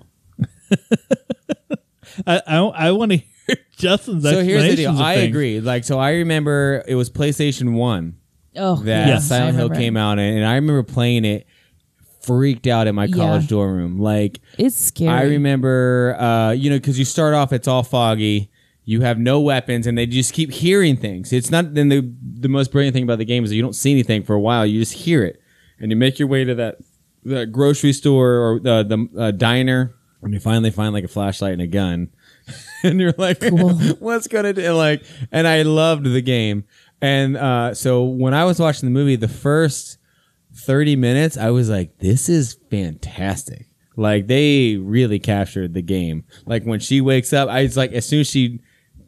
Speaker 1: I I, want to hear Justin's
Speaker 2: So here's the deal.
Speaker 1: explanations of
Speaker 2: I
Speaker 1: things.
Speaker 2: agree. Like, so I remember it was PlayStation One.
Speaker 3: Oh,
Speaker 2: that
Speaker 1: Yes.
Speaker 2: Silent Hill came out, in, and I remember playing it, freaked out in my
Speaker 3: Yeah.
Speaker 2: college dorm room. Like
Speaker 3: It's scary.
Speaker 2: I remember, uh, you know, because you start off, it's all foggy, you have no weapons, and they just keep hearing things. It's not. Then the the most brilliant thing about the game is that you don't see anything for a while. You just hear it, and you make your way to that that grocery store or the the uh, diner, and you finally find like a flashlight and a gun and you're like, what's gonna do? Like, and I loved the game. And uh, so when I was watching the movie, the first 30 minutes, I was like, this is fantastic. Like they really captured the game. Like when she wakes up, I was like, as soon as she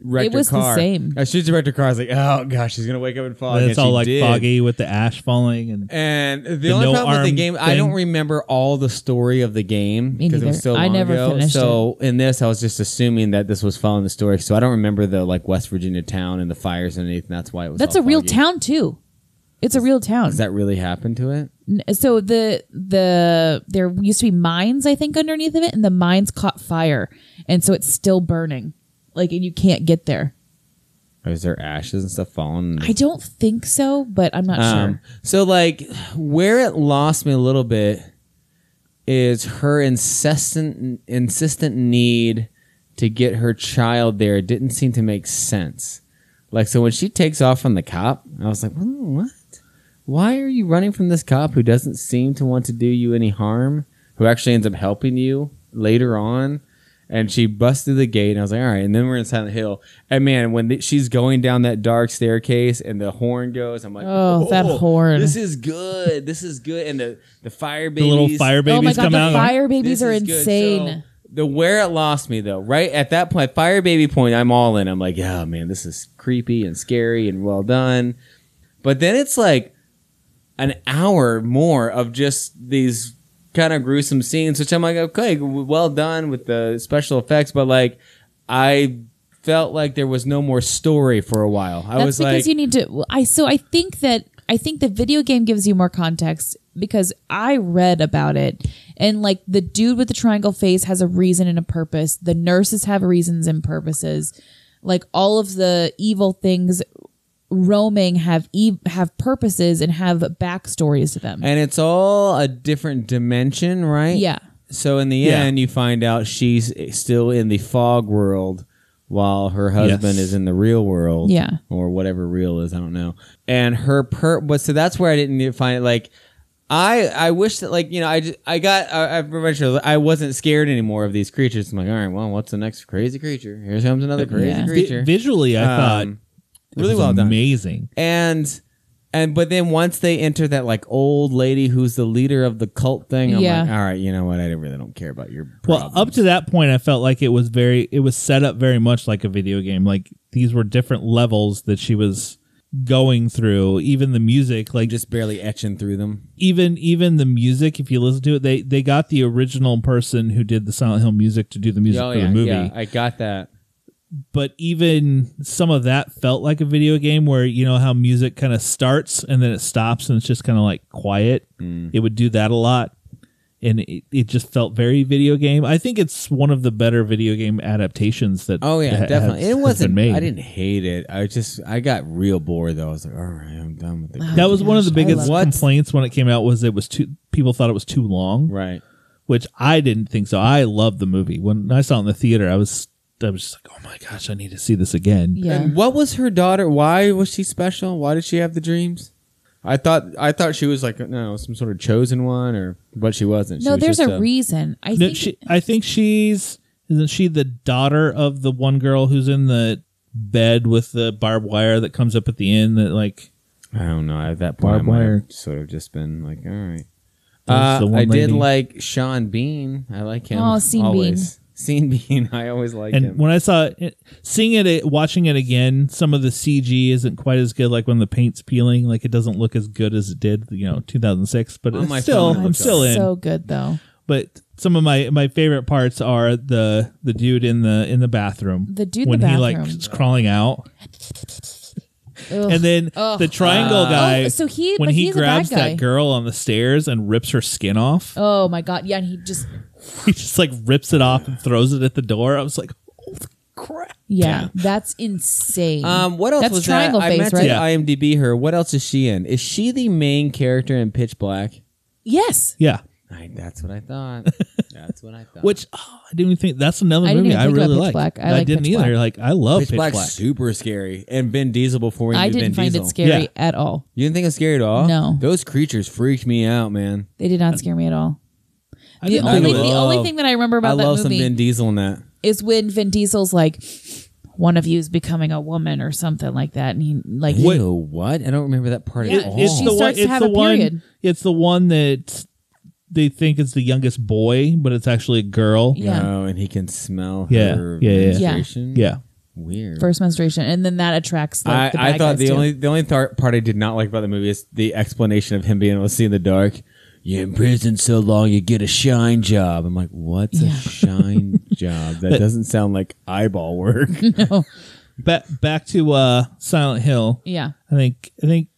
Speaker 2: wrecked
Speaker 3: It was
Speaker 2: her
Speaker 3: the
Speaker 2: car,
Speaker 3: same.
Speaker 2: as soon as she wrecked her car, I was like, oh gosh, she's gonna wake up in fog.
Speaker 1: And
Speaker 2: And
Speaker 1: it's all
Speaker 2: she
Speaker 1: like
Speaker 2: did.
Speaker 1: foggy with the ash falling and
Speaker 2: And the,
Speaker 1: The
Speaker 2: only
Speaker 1: no
Speaker 2: problem with
Speaker 1: arm
Speaker 2: the game, I don't
Speaker 1: thing.
Speaker 2: remember all the story of the game
Speaker 3: Me
Speaker 2: because it
Speaker 3: neither.
Speaker 2: was so long
Speaker 3: I never
Speaker 2: ago.
Speaker 3: finished
Speaker 2: so in this, I was just assuming that this was following the story. So I don't remember the like West Virginia town and the fires underneath. And that's why it was.
Speaker 3: that's
Speaker 2: all
Speaker 3: a real
Speaker 2: foggy.
Speaker 3: town too. It's a real town.
Speaker 2: Does that really happen to it?
Speaker 3: N- so the the there used to be mines i think underneath of it and the mines caught fire and so it's still burning like and you can't get there
Speaker 2: Or is there ashes and stuff falling?
Speaker 3: i don't think so but i'm not
Speaker 2: Um,
Speaker 3: sure
Speaker 2: So like where it lost me a little bit is her incessant insistent need to get her child there didn't seem to make sense. Like so when she takes off from the cop, I was like, "Hmm, "What? Why are you running from this cop who doesn't seem to want to do you any harm, who actually ends up helping you later on?" And she busts through the gate, and I was like, "All right." And then we're in Silent Hill, and man, when th- she's going down that dark staircase, and the horn goes, I'm like,
Speaker 3: Oh, that horn.
Speaker 2: This is good. This is good." And the the fire
Speaker 1: the
Speaker 2: babies,
Speaker 1: little fire
Speaker 3: oh my
Speaker 1: babies
Speaker 3: god
Speaker 1: come
Speaker 3: the
Speaker 1: out.
Speaker 3: fire babies
Speaker 2: This
Speaker 3: are
Speaker 2: is good.
Speaker 3: insane
Speaker 2: So, the where it lost me though, right at that point, fire baby point, I'm all in. I'm like, yeah, man, this is creepy and scary and well done. But then it's like an hour more of just these kind of gruesome scenes, which I'm like, okay, well done with the special effects, but like I felt like there was no more story for a while. I
Speaker 3: that's
Speaker 2: was
Speaker 3: because
Speaker 2: like,
Speaker 3: you need to well, i so i think that i think the video game gives you more context because i read about it and like the dude with the triangle face has a reason and a purpose the nurses have reasons and purposes like all of the evil things roaming have ev- have purposes and have backstories to them
Speaker 2: and it's all a different dimension, right?
Speaker 3: yeah
Speaker 2: So in the
Speaker 1: Yeah.
Speaker 2: end, you find out she's still in the fog world while her husband
Speaker 1: Yes.
Speaker 2: is in the real world.
Speaker 3: Yeah.
Speaker 2: Or whatever real is, I don't know. And her per but so that's where I didn't find it like I I wish that like you know I j- I got I, I pretty much I wasn't scared anymore of these creatures. I'm like, all right, well, what's the next crazy creature? Here comes another crazy
Speaker 3: Yeah.
Speaker 1: Vi-
Speaker 2: creature.
Speaker 1: visually, I thought
Speaker 2: Um,
Speaker 1: it
Speaker 2: really
Speaker 1: was
Speaker 2: well done.
Speaker 1: amazing.
Speaker 2: and and but then once they enter that like old lady who's the leader of the cult thing, I'm
Speaker 3: Yeah.
Speaker 2: like, all right, you know what? I really don't care about your
Speaker 1: Well, up
Speaker 2: problems."
Speaker 1: to that point, I felt like it was very, it was set up very much like a video game. Like these were different levels that she was going through. Even the music, like
Speaker 2: just barely etching through them.
Speaker 1: even even the music, if you listen to it, they they got the original person who did the Silent Hill music to do the music
Speaker 2: Oh,
Speaker 1: for the movie.
Speaker 2: I got that.
Speaker 1: But even some of that felt like a video game, where you know how music kind of starts and then it stops and it's just kind of like quiet.
Speaker 2: Mm.
Speaker 1: It would do that a lot. And it, it just felt very video game. I think it's one of the better video game adaptations that.
Speaker 2: Oh yeah,
Speaker 1: that
Speaker 2: definitely.
Speaker 1: has-
Speaker 2: it
Speaker 1: has
Speaker 2: wasn't.
Speaker 1: been made.
Speaker 2: I didn't hate it. I just I got real bored though. I was like, all right, I'm done with it.
Speaker 1: That was one of the
Speaker 3: Gosh, I
Speaker 1: biggest
Speaker 2: love-
Speaker 1: complaints when it came out was it was too. People thought it was too long.
Speaker 2: right.
Speaker 1: which I didn't think so. I loved the movie. When I saw it in the theater, I was I was just like, "Oh my gosh, I need to see this again."
Speaker 3: Yeah.
Speaker 2: And what was her daughter? Why was she special? Why did she have the dreams? I thought I thought she was like no some sort of chosen one or but she wasn't. She
Speaker 3: No,
Speaker 2: was
Speaker 3: there's
Speaker 2: just
Speaker 3: a reason. I
Speaker 1: No,
Speaker 3: think
Speaker 1: she, I think she's isn't she the daughter of the one girl who's in the bed with the barbed wire that comes up at the end that like
Speaker 2: I don't know. At that point, I
Speaker 1: Barbed
Speaker 2: might
Speaker 1: wire.
Speaker 2: have sort of just been like, all right.
Speaker 1: There's the
Speaker 2: Uh,
Speaker 1: one
Speaker 2: I did
Speaker 1: lady.
Speaker 2: like Sean Bean. I like him.
Speaker 3: Oh, Sean Bean.
Speaker 2: always. Sean Bean. I always like
Speaker 1: and
Speaker 2: him.
Speaker 1: when I saw it, seeing it watching it again, some of the CG isn't quite as good like when the paint's peeling, like it doesn't look as good as it did, you know, 2006, but
Speaker 2: On
Speaker 1: it's
Speaker 2: my
Speaker 1: still
Speaker 2: phone, it
Speaker 1: I'm
Speaker 2: looks
Speaker 1: still in.
Speaker 3: so good though.
Speaker 1: but some of my my favorite parts are the the dude in the in the bathroom
Speaker 3: The dude in
Speaker 1: when
Speaker 3: the
Speaker 1: he like
Speaker 3: bathroom.
Speaker 1: is crawling out
Speaker 3: Ugh.
Speaker 1: and then
Speaker 3: Ugh.
Speaker 1: the triangle
Speaker 3: Uh,
Speaker 1: guy
Speaker 3: Oh, so he-
Speaker 1: when
Speaker 3: but
Speaker 1: he
Speaker 3: he's a bad
Speaker 1: grabs
Speaker 3: guy.
Speaker 1: that girl on the stairs and rips her skin off
Speaker 3: oh my god! Yeah, and he just
Speaker 1: he just like rips it off and throws it at the door i was like oh crap
Speaker 3: yeah, that's insane.
Speaker 2: Um, what else
Speaker 3: that's
Speaker 2: was that?
Speaker 3: triangle
Speaker 2: I
Speaker 3: face,
Speaker 2: meant
Speaker 3: right?
Speaker 2: to
Speaker 1: Yeah.
Speaker 2: IMDb her. What else is she in? Is she the main character in Pitch Black?
Speaker 3: Yes,
Speaker 1: yeah
Speaker 2: I, that's what I thought. that's what I thought.
Speaker 1: which oh, i didn't even think that's another
Speaker 3: I didn't
Speaker 1: movie
Speaker 3: even
Speaker 1: i
Speaker 3: think about
Speaker 1: really
Speaker 3: Pitch
Speaker 1: like
Speaker 3: Black. I
Speaker 1: i
Speaker 3: like
Speaker 1: didn't
Speaker 3: Pitch
Speaker 1: either like
Speaker 3: Black.
Speaker 1: i love
Speaker 2: Pitch
Speaker 1: pitch
Speaker 2: Black's
Speaker 1: black
Speaker 2: super scary, and Ben Diesel before he
Speaker 3: I
Speaker 2: was
Speaker 3: didn't
Speaker 2: Vin
Speaker 3: find
Speaker 2: Diesel.
Speaker 3: it scary
Speaker 1: Yeah.
Speaker 3: at all.
Speaker 2: You didn't think it was scary at all?
Speaker 3: No.
Speaker 2: those creatures freaked me out, man.
Speaker 3: They did not scare me at all.
Speaker 1: I
Speaker 3: The
Speaker 1: didn't Oh. think
Speaker 3: only,
Speaker 1: it was-
Speaker 3: the only thing that I remember about
Speaker 2: I love
Speaker 3: that
Speaker 2: some
Speaker 3: movie
Speaker 2: Ben Diesel in that.
Speaker 3: is when Vin Diesel's like, "One of you is becoming a woman" or something like that, and he like
Speaker 1: What-
Speaker 2: Ew, what? I don't remember that part at
Speaker 1: It-
Speaker 2: all.
Speaker 1: it's
Speaker 3: She
Speaker 1: the one.
Speaker 3: starts to
Speaker 1: It's
Speaker 3: have
Speaker 1: the
Speaker 3: a period.
Speaker 1: one. It's the one that they think is the youngest boy, but it's actually a girl.
Speaker 3: Yeah.
Speaker 2: No, Oh, and he can smell
Speaker 1: Yeah.
Speaker 2: her
Speaker 1: Yeah, yeah, yeah.
Speaker 2: menstruation.
Speaker 1: Yeah.
Speaker 2: weird.
Speaker 3: first menstruation, and then that attracts. Like, the
Speaker 2: I,
Speaker 3: bad
Speaker 2: I thought
Speaker 3: guys,
Speaker 2: the
Speaker 3: too.
Speaker 2: only the only th- part I did not like about the movie is the explanation of him being able to see in the dark. You're in prison so long, you get a shine job. I'm like, what's
Speaker 3: Yeah.
Speaker 2: a shine job? That doesn't sound like eyeball work.
Speaker 1: Back back to uh, Silent Hill.
Speaker 3: yeah,
Speaker 1: I think I think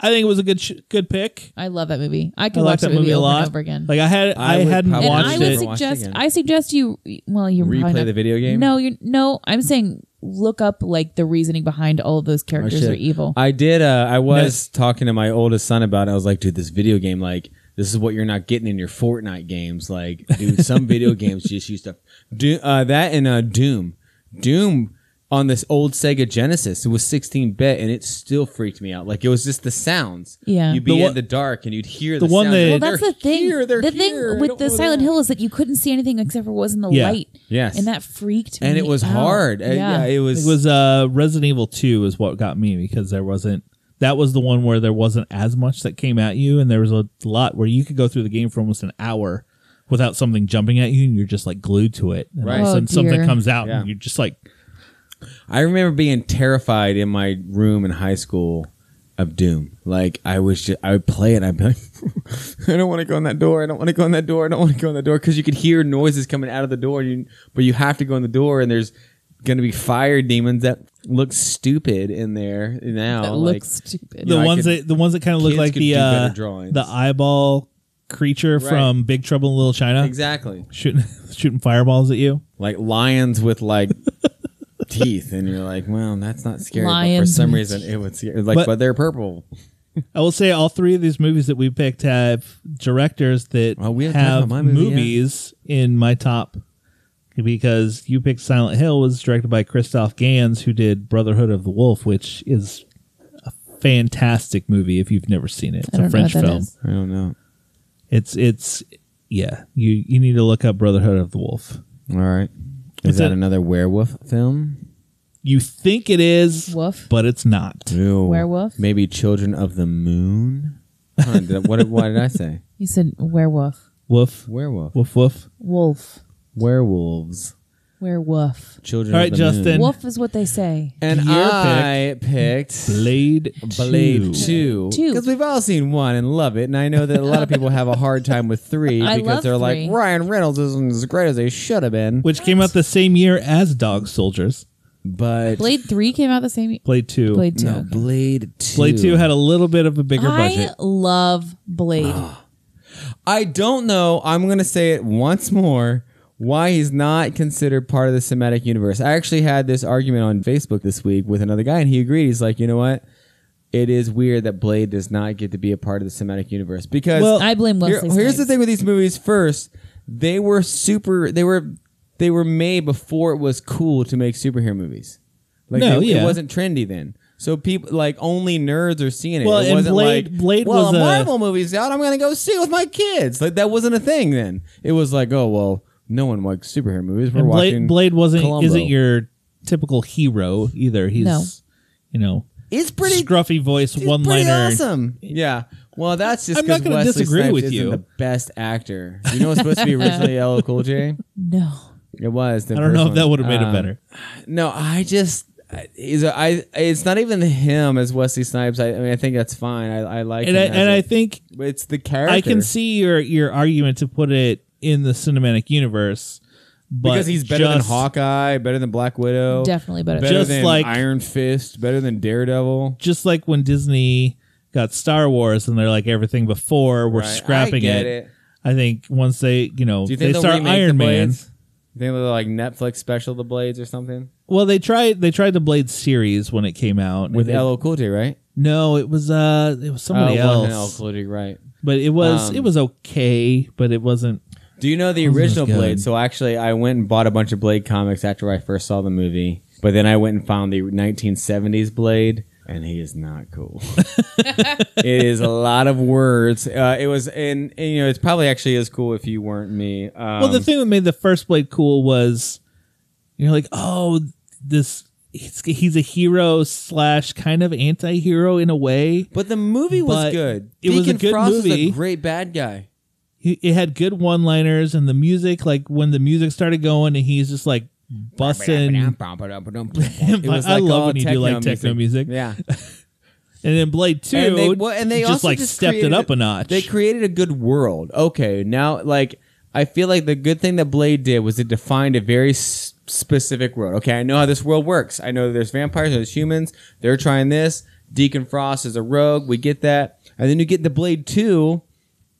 Speaker 1: I think it was a good sh- good pick.
Speaker 3: I love that movie. I
Speaker 1: I
Speaker 3: could
Speaker 1: like
Speaker 3: watch
Speaker 1: that
Speaker 3: that movie,
Speaker 1: movie a
Speaker 3: over
Speaker 1: lot.
Speaker 3: and over again.
Speaker 1: Like I had
Speaker 2: I
Speaker 1: I,
Speaker 2: would
Speaker 1: hadn't
Speaker 2: probably-
Speaker 3: and
Speaker 1: watched
Speaker 3: I would
Speaker 1: it.
Speaker 2: watch it
Speaker 3: suggest
Speaker 2: again.
Speaker 3: I suggest you well you probably
Speaker 2: Replay
Speaker 3: not-
Speaker 2: the video game?
Speaker 3: No, you no. I'm saying look up like the reasoning behind all of those characters
Speaker 2: Oh, shit.
Speaker 3: are evil.
Speaker 2: I did. Uh, I was talking to my oldest son about it. I was like, dude, this video game, like, this is what you're not getting in your Fortnite games. Like, dude, some video games just used to do uh, that and uh, Doom. Doom on this old Sega Genesis. It was 16 bit, and it still freaked me out. Like, it was just the sounds.
Speaker 3: Yeah.
Speaker 2: you'd be
Speaker 1: The one-
Speaker 2: in the dark, and you'd hear
Speaker 1: the
Speaker 2: the,
Speaker 1: one
Speaker 2: sounds.
Speaker 1: that-
Speaker 2: You're
Speaker 1: Well,
Speaker 3: well,
Speaker 2: like,
Speaker 3: that's
Speaker 2: "They're
Speaker 3: the thing.
Speaker 2: here, they're
Speaker 3: the
Speaker 2: here. I
Speaker 3: thing with
Speaker 2: don't
Speaker 3: the
Speaker 2: know
Speaker 3: Silent
Speaker 2: that."
Speaker 3: Hill is that you couldn't see anything except for what was in the
Speaker 1: Yeah.
Speaker 3: light.
Speaker 2: Yes.
Speaker 3: and that freaked me.
Speaker 2: And it was
Speaker 3: out.
Speaker 2: hard. Uh,
Speaker 3: Oh, Yeah,
Speaker 2: Yeah, it
Speaker 1: It
Speaker 2: was.
Speaker 1: was uh, Resident Evil Two is what got me because there wasn't. That was the one where there wasn't as much that came at you, and there was a lot where you could go through the game for almost an hour without something jumping at you, and you're just like glued to it. And
Speaker 2: Right.
Speaker 1: all of a
Speaker 3: Oh,
Speaker 1: sudden something
Speaker 3: dear.
Speaker 1: comes out,
Speaker 2: Yeah.
Speaker 1: and you're just like,
Speaker 2: I remember being terrified in my room in high school of Doom. Like I was just, I would play it. I'd be like, I don't want to go in that door. I don't want to go in that door. I don't want to go in that door because you could hear noises coming out of the door. You, but you have to go in the door, and there's going to be fire demons that look stupid in there now.
Speaker 3: that
Speaker 2: like,
Speaker 3: looks stupid.
Speaker 1: the
Speaker 2: know, I
Speaker 1: ones
Speaker 2: could-
Speaker 1: that the ones that kind of look
Speaker 2: kids
Speaker 1: like
Speaker 2: could
Speaker 1: the
Speaker 2: do better
Speaker 1: uh,
Speaker 2: drawings.
Speaker 1: the eyeball creature
Speaker 2: Right.
Speaker 1: from Big Trouble in Little China,
Speaker 2: exactly
Speaker 1: shooting shooting fireballs at you.
Speaker 2: like lions with like. teeth and you're like well that's not scary but for
Speaker 3: Lions
Speaker 2: some
Speaker 3: with
Speaker 2: reason it would scare like
Speaker 1: But-
Speaker 2: but, they're purple
Speaker 1: I will say all three of these movies that we picked have directors that
Speaker 2: Well, we haven't talked
Speaker 1: have
Speaker 2: about my movie yet.
Speaker 1: movies in my top because you picked Silent Hill was directed by Christoph Gans who did Brotherhood of the Wolf, which is a fantastic movie if you've never seen it. It's
Speaker 3: I don't
Speaker 1: a French
Speaker 3: know what that
Speaker 1: film.
Speaker 3: is.
Speaker 2: i don't know
Speaker 1: It's it's yeah. You you need to look up Brotherhood of the Wolf.
Speaker 2: All right. Is
Speaker 1: It's
Speaker 2: that
Speaker 1: a-
Speaker 2: another werewolf film?
Speaker 1: You think it is,
Speaker 3: Wolf.
Speaker 1: but it's not.
Speaker 2: Ew.
Speaker 3: Werewolf?
Speaker 2: Maybe Children of the Moon? Huh, did- what, what did I say?
Speaker 3: You said werewolf,
Speaker 1: Woof
Speaker 2: Werewolf.
Speaker 1: woof woof.
Speaker 3: wolf,
Speaker 2: Werewolves.
Speaker 3: werewolf.
Speaker 2: Children
Speaker 1: All
Speaker 2: of
Speaker 1: right,
Speaker 2: the
Speaker 1: Justin.
Speaker 2: Moon.
Speaker 3: Wolf is what they say.
Speaker 2: And
Speaker 1: Your
Speaker 2: I picked
Speaker 1: Blade
Speaker 2: Blade 2.
Speaker 3: Two.
Speaker 2: Because we've all seen one and love it. And I know that a lot of people have a hard time with three
Speaker 3: I
Speaker 2: because
Speaker 3: love
Speaker 2: they're
Speaker 3: three.
Speaker 2: like, Ryan Reynolds isn't as great as they should have been.
Speaker 1: which came out the same year as Dog Soldiers.
Speaker 2: But
Speaker 3: Blade three came out the same. year.
Speaker 1: Blade Two.
Speaker 3: Blade two.
Speaker 2: no, Blade 2.
Speaker 1: Blade Two had a little bit of a bigger
Speaker 3: I
Speaker 1: budget.
Speaker 3: love Blade.
Speaker 2: Oh. I don't know. I'm going to say it once more why he's not considered part of the Semitic universe. I actually had this argument on Facebook this week with another guy, and he agreed. He's like, you know what? It is weird that Blade does not get to be a part of the Semitic universe because
Speaker 1: Well,
Speaker 3: I blame
Speaker 2: Here-
Speaker 3: Wesley.
Speaker 2: here's the
Speaker 3: Snipes.
Speaker 2: thing with these movies. First, they were super. They were they were made before it was cool to make superhero movies. Like
Speaker 1: No,
Speaker 2: they-
Speaker 1: yeah.
Speaker 2: it wasn't trendy then. So people like only nerds are seeing it.
Speaker 1: Well,
Speaker 2: it
Speaker 1: and
Speaker 2: wasn't
Speaker 1: Blade-
Speaker 2: like
Speaker 1: Blade
Speaker 2: well,
Speaker 1: was
Speaker 2: a
Speaker 1: a-
Speaker 2: Marvel movie's out. I'm gonna go see it with my kids. Like that wasn't a thing then. It was like oh well, no one likes superhero movies. We're
Speaker 1: And Blade,
Speaker 2: watching
Speaker 1: Blade wasn't
Speaker 2: Columbo.
Speaker 1: isn't your typical hero either. He's
Speaker 3: No.
Speaker 1: you know
Speaker 2: It's pretty
Speaker 1: scruffy voice,
Speaker 2: He's
Speaker 1: one
Speaker 2: pretty
Speaker 1: liner.
Speaker 2: Awesome. Yeah. Well, that's just
Speaker 1: I'm not
Speaker 2: because
Speaker 1: gonna
Speaker 2: Wesley
Speaker 1: disagree
Speaker 2: Snipes
Speaker 1: with
Speaker 2: isn't
Speaker 1: you.
Speaker 2: the best actor. You know, it's supposed to be originally LL Cool J.
Speaker 3: No.
Speaker 2: It was. The
Speaker 1: I don't
Speaker 2: first
Speaker 1: know if that
Speaker 2: one.
Speaker 1: would have made
Speaker 2: Um,
Speaker 1: it better.
Speaker 2: No, I just is I. It's not even him as Wesley Snipes. I, I mean, I think that's fine. I, I like
Speaker 1: And
Speaker 2: him
Speaker 1: I,
Speaker 2: as
Speaker 1: and
Speaker 2: a-
Speaker 1: I think
Speaker 2: but it's the character.
Speaker 1: I can see your your argument to put it in the cinematic universe, but
Speaker 2: because he's better than
Speaker 1: just-
Speaker 2: Hawkeye, better than Black Widow,
Speaker 3: Definitely better.
Speaker 2: Oh, better
Speaker 1: Just
Speaker 2: than
Speaker 1: like-
Speaker 2: Iron Fist, better than Daredevil.
Speaker 1: Just like when Disney got Star Wars, and they're like everything before we're
Speaker 2: Right. I
Speaker 1: scrapping
Speaker 2: get
Speaker 1: it. I think once they you know
Speaker 2: Do you
Speaker 1: they
Speaker 2: think they'll
Speaker 1: start
Speaker 2: remake
Speaker 1: Iron
Speaker 2: the
Speaker 1: Man.
Speaker 2: Blades? You think they'll like Netflix special the Blades or something
Speaker 1: Well, they tried they tried the Blade series when it came out
Speaker 2: with
Speaker 1: And it-
Speaker 2: LL Cool J, right?
Speaker 1: No, it was uh it was somebody
Speaker 2: Uh, one
Speaker 1: else.
Speaker 2: LL Cool J, right?
Speaker 1: But it was
Speaker 2: Um,
Speaker 1: it was okay, but it wasn't.
Speaker 2: Do you know the
Speaker 1: Those are
Speaker 2: original
Speaker 1: good.
Speaker 2: Blade? So actually, I went and bought a bunch of Blade comics after I first saw the movie, but then I went and found the 1970s Blade, and he is not cool. it is a lot of words. Uh, it was, and, and, you know, it's probably actually as cool if you weren't me. Um,
Speaker 1: well, the thing that made the first Blade cool was you're like, oh, this he's, he's a hero slash kind of anti-hero in a way.
Speaker 2: but the movie was
Speaker 1: But
Speaker 2: good.
Speaker 1: it was a
Speaker 2: Deacon
Speaker 1: good
Speaker 2: Frost is
Speaker 1: movie.
Speaker 2: a great bad guy.
Speaker 1: He, it had good one-liners and the music. Like when the music started going and he's just like busting, and
Speaker 2: It was
Speaker 1: I love
Speaker 2: all
Speaker 1: when you do, like, techno music.
Speaker 2: Yeah.
Speaker 1: then Blade Two,
Speaker 2: and they, well, and they
Speaker 1: just
Speaker 2: also
Speaker 1: like
Speaker 2: just
Speaker 1: stepped it
Speaker 2: created-
Speaker 1: up a notch.
Speaker 2: They created a good world. Okay, now like I feel like the good thing that Blade did was it defined a very s- specific world. Okay, I know how this world works. I know there's vampires, there's humans. They're trying this. Deacon Frost is a rogue. We get that, and then you get the Blade Two.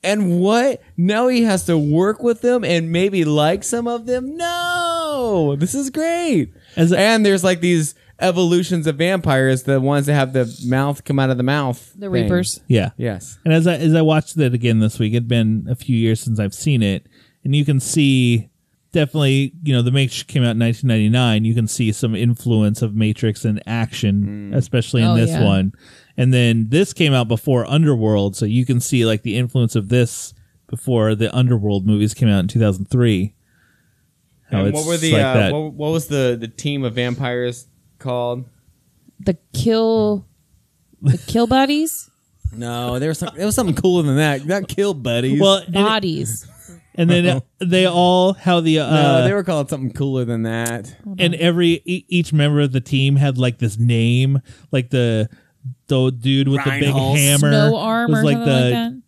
Speaker 2: And what? Now he has to work with them and maybe like some of them. No, this is great.
Speaker 1: As a-
Speaker 2: and there's like these evolutions of vampires, the ones that have the mouth come out of the mouth.
Speaker 3: The
Speaker 2: thing.
Speaker 3: Reapers.
Speaker 1: yeah,
Speaker 2: Yes.
Speaker 1: And as I as I watched that again this week, it'd been a few years since I've seen it, and you can see definitely, you know, the Matrix came out in 1999. You can see some influence of Matrix in action,
Speaker 2: Mm.
Speaker 1: especially in
Speaker 3: Oh,
Speaker 1: this
Speaker 3: yeah.
Speaker 1: one. And then this came out before Underworld, so you can see like the influence of this before the Underworld movies came out in 2003. How
Speaker 2: And
Speaker 1: it's
Speaker 2: what were the
Speaker 1: like
Speaker 2: uh,
Speaker 1: that.
Speaker 2: What, what was the the team of vampires called?
Speaker 3: The kill. The kill bodies.
Speaker 2: No, there was some, it was something cooler than that. Not kill buddies.
Speaker 1: well, and,
Speaker 3: Bodies.
Speaker 1: and then they all how the uh,
Speaker 2: no, they were called something cooler than that.
Speaker 1: and every e- each member of the team had like this name, like the the dude with the big
Speaker 2: Reinhold.
Speaker 1: hammer,
Speaker 3: Snow arm
Speaker 1: was
Speaker 3: or
Speaker 1: like
Speaker 3: something
Speaker 1: the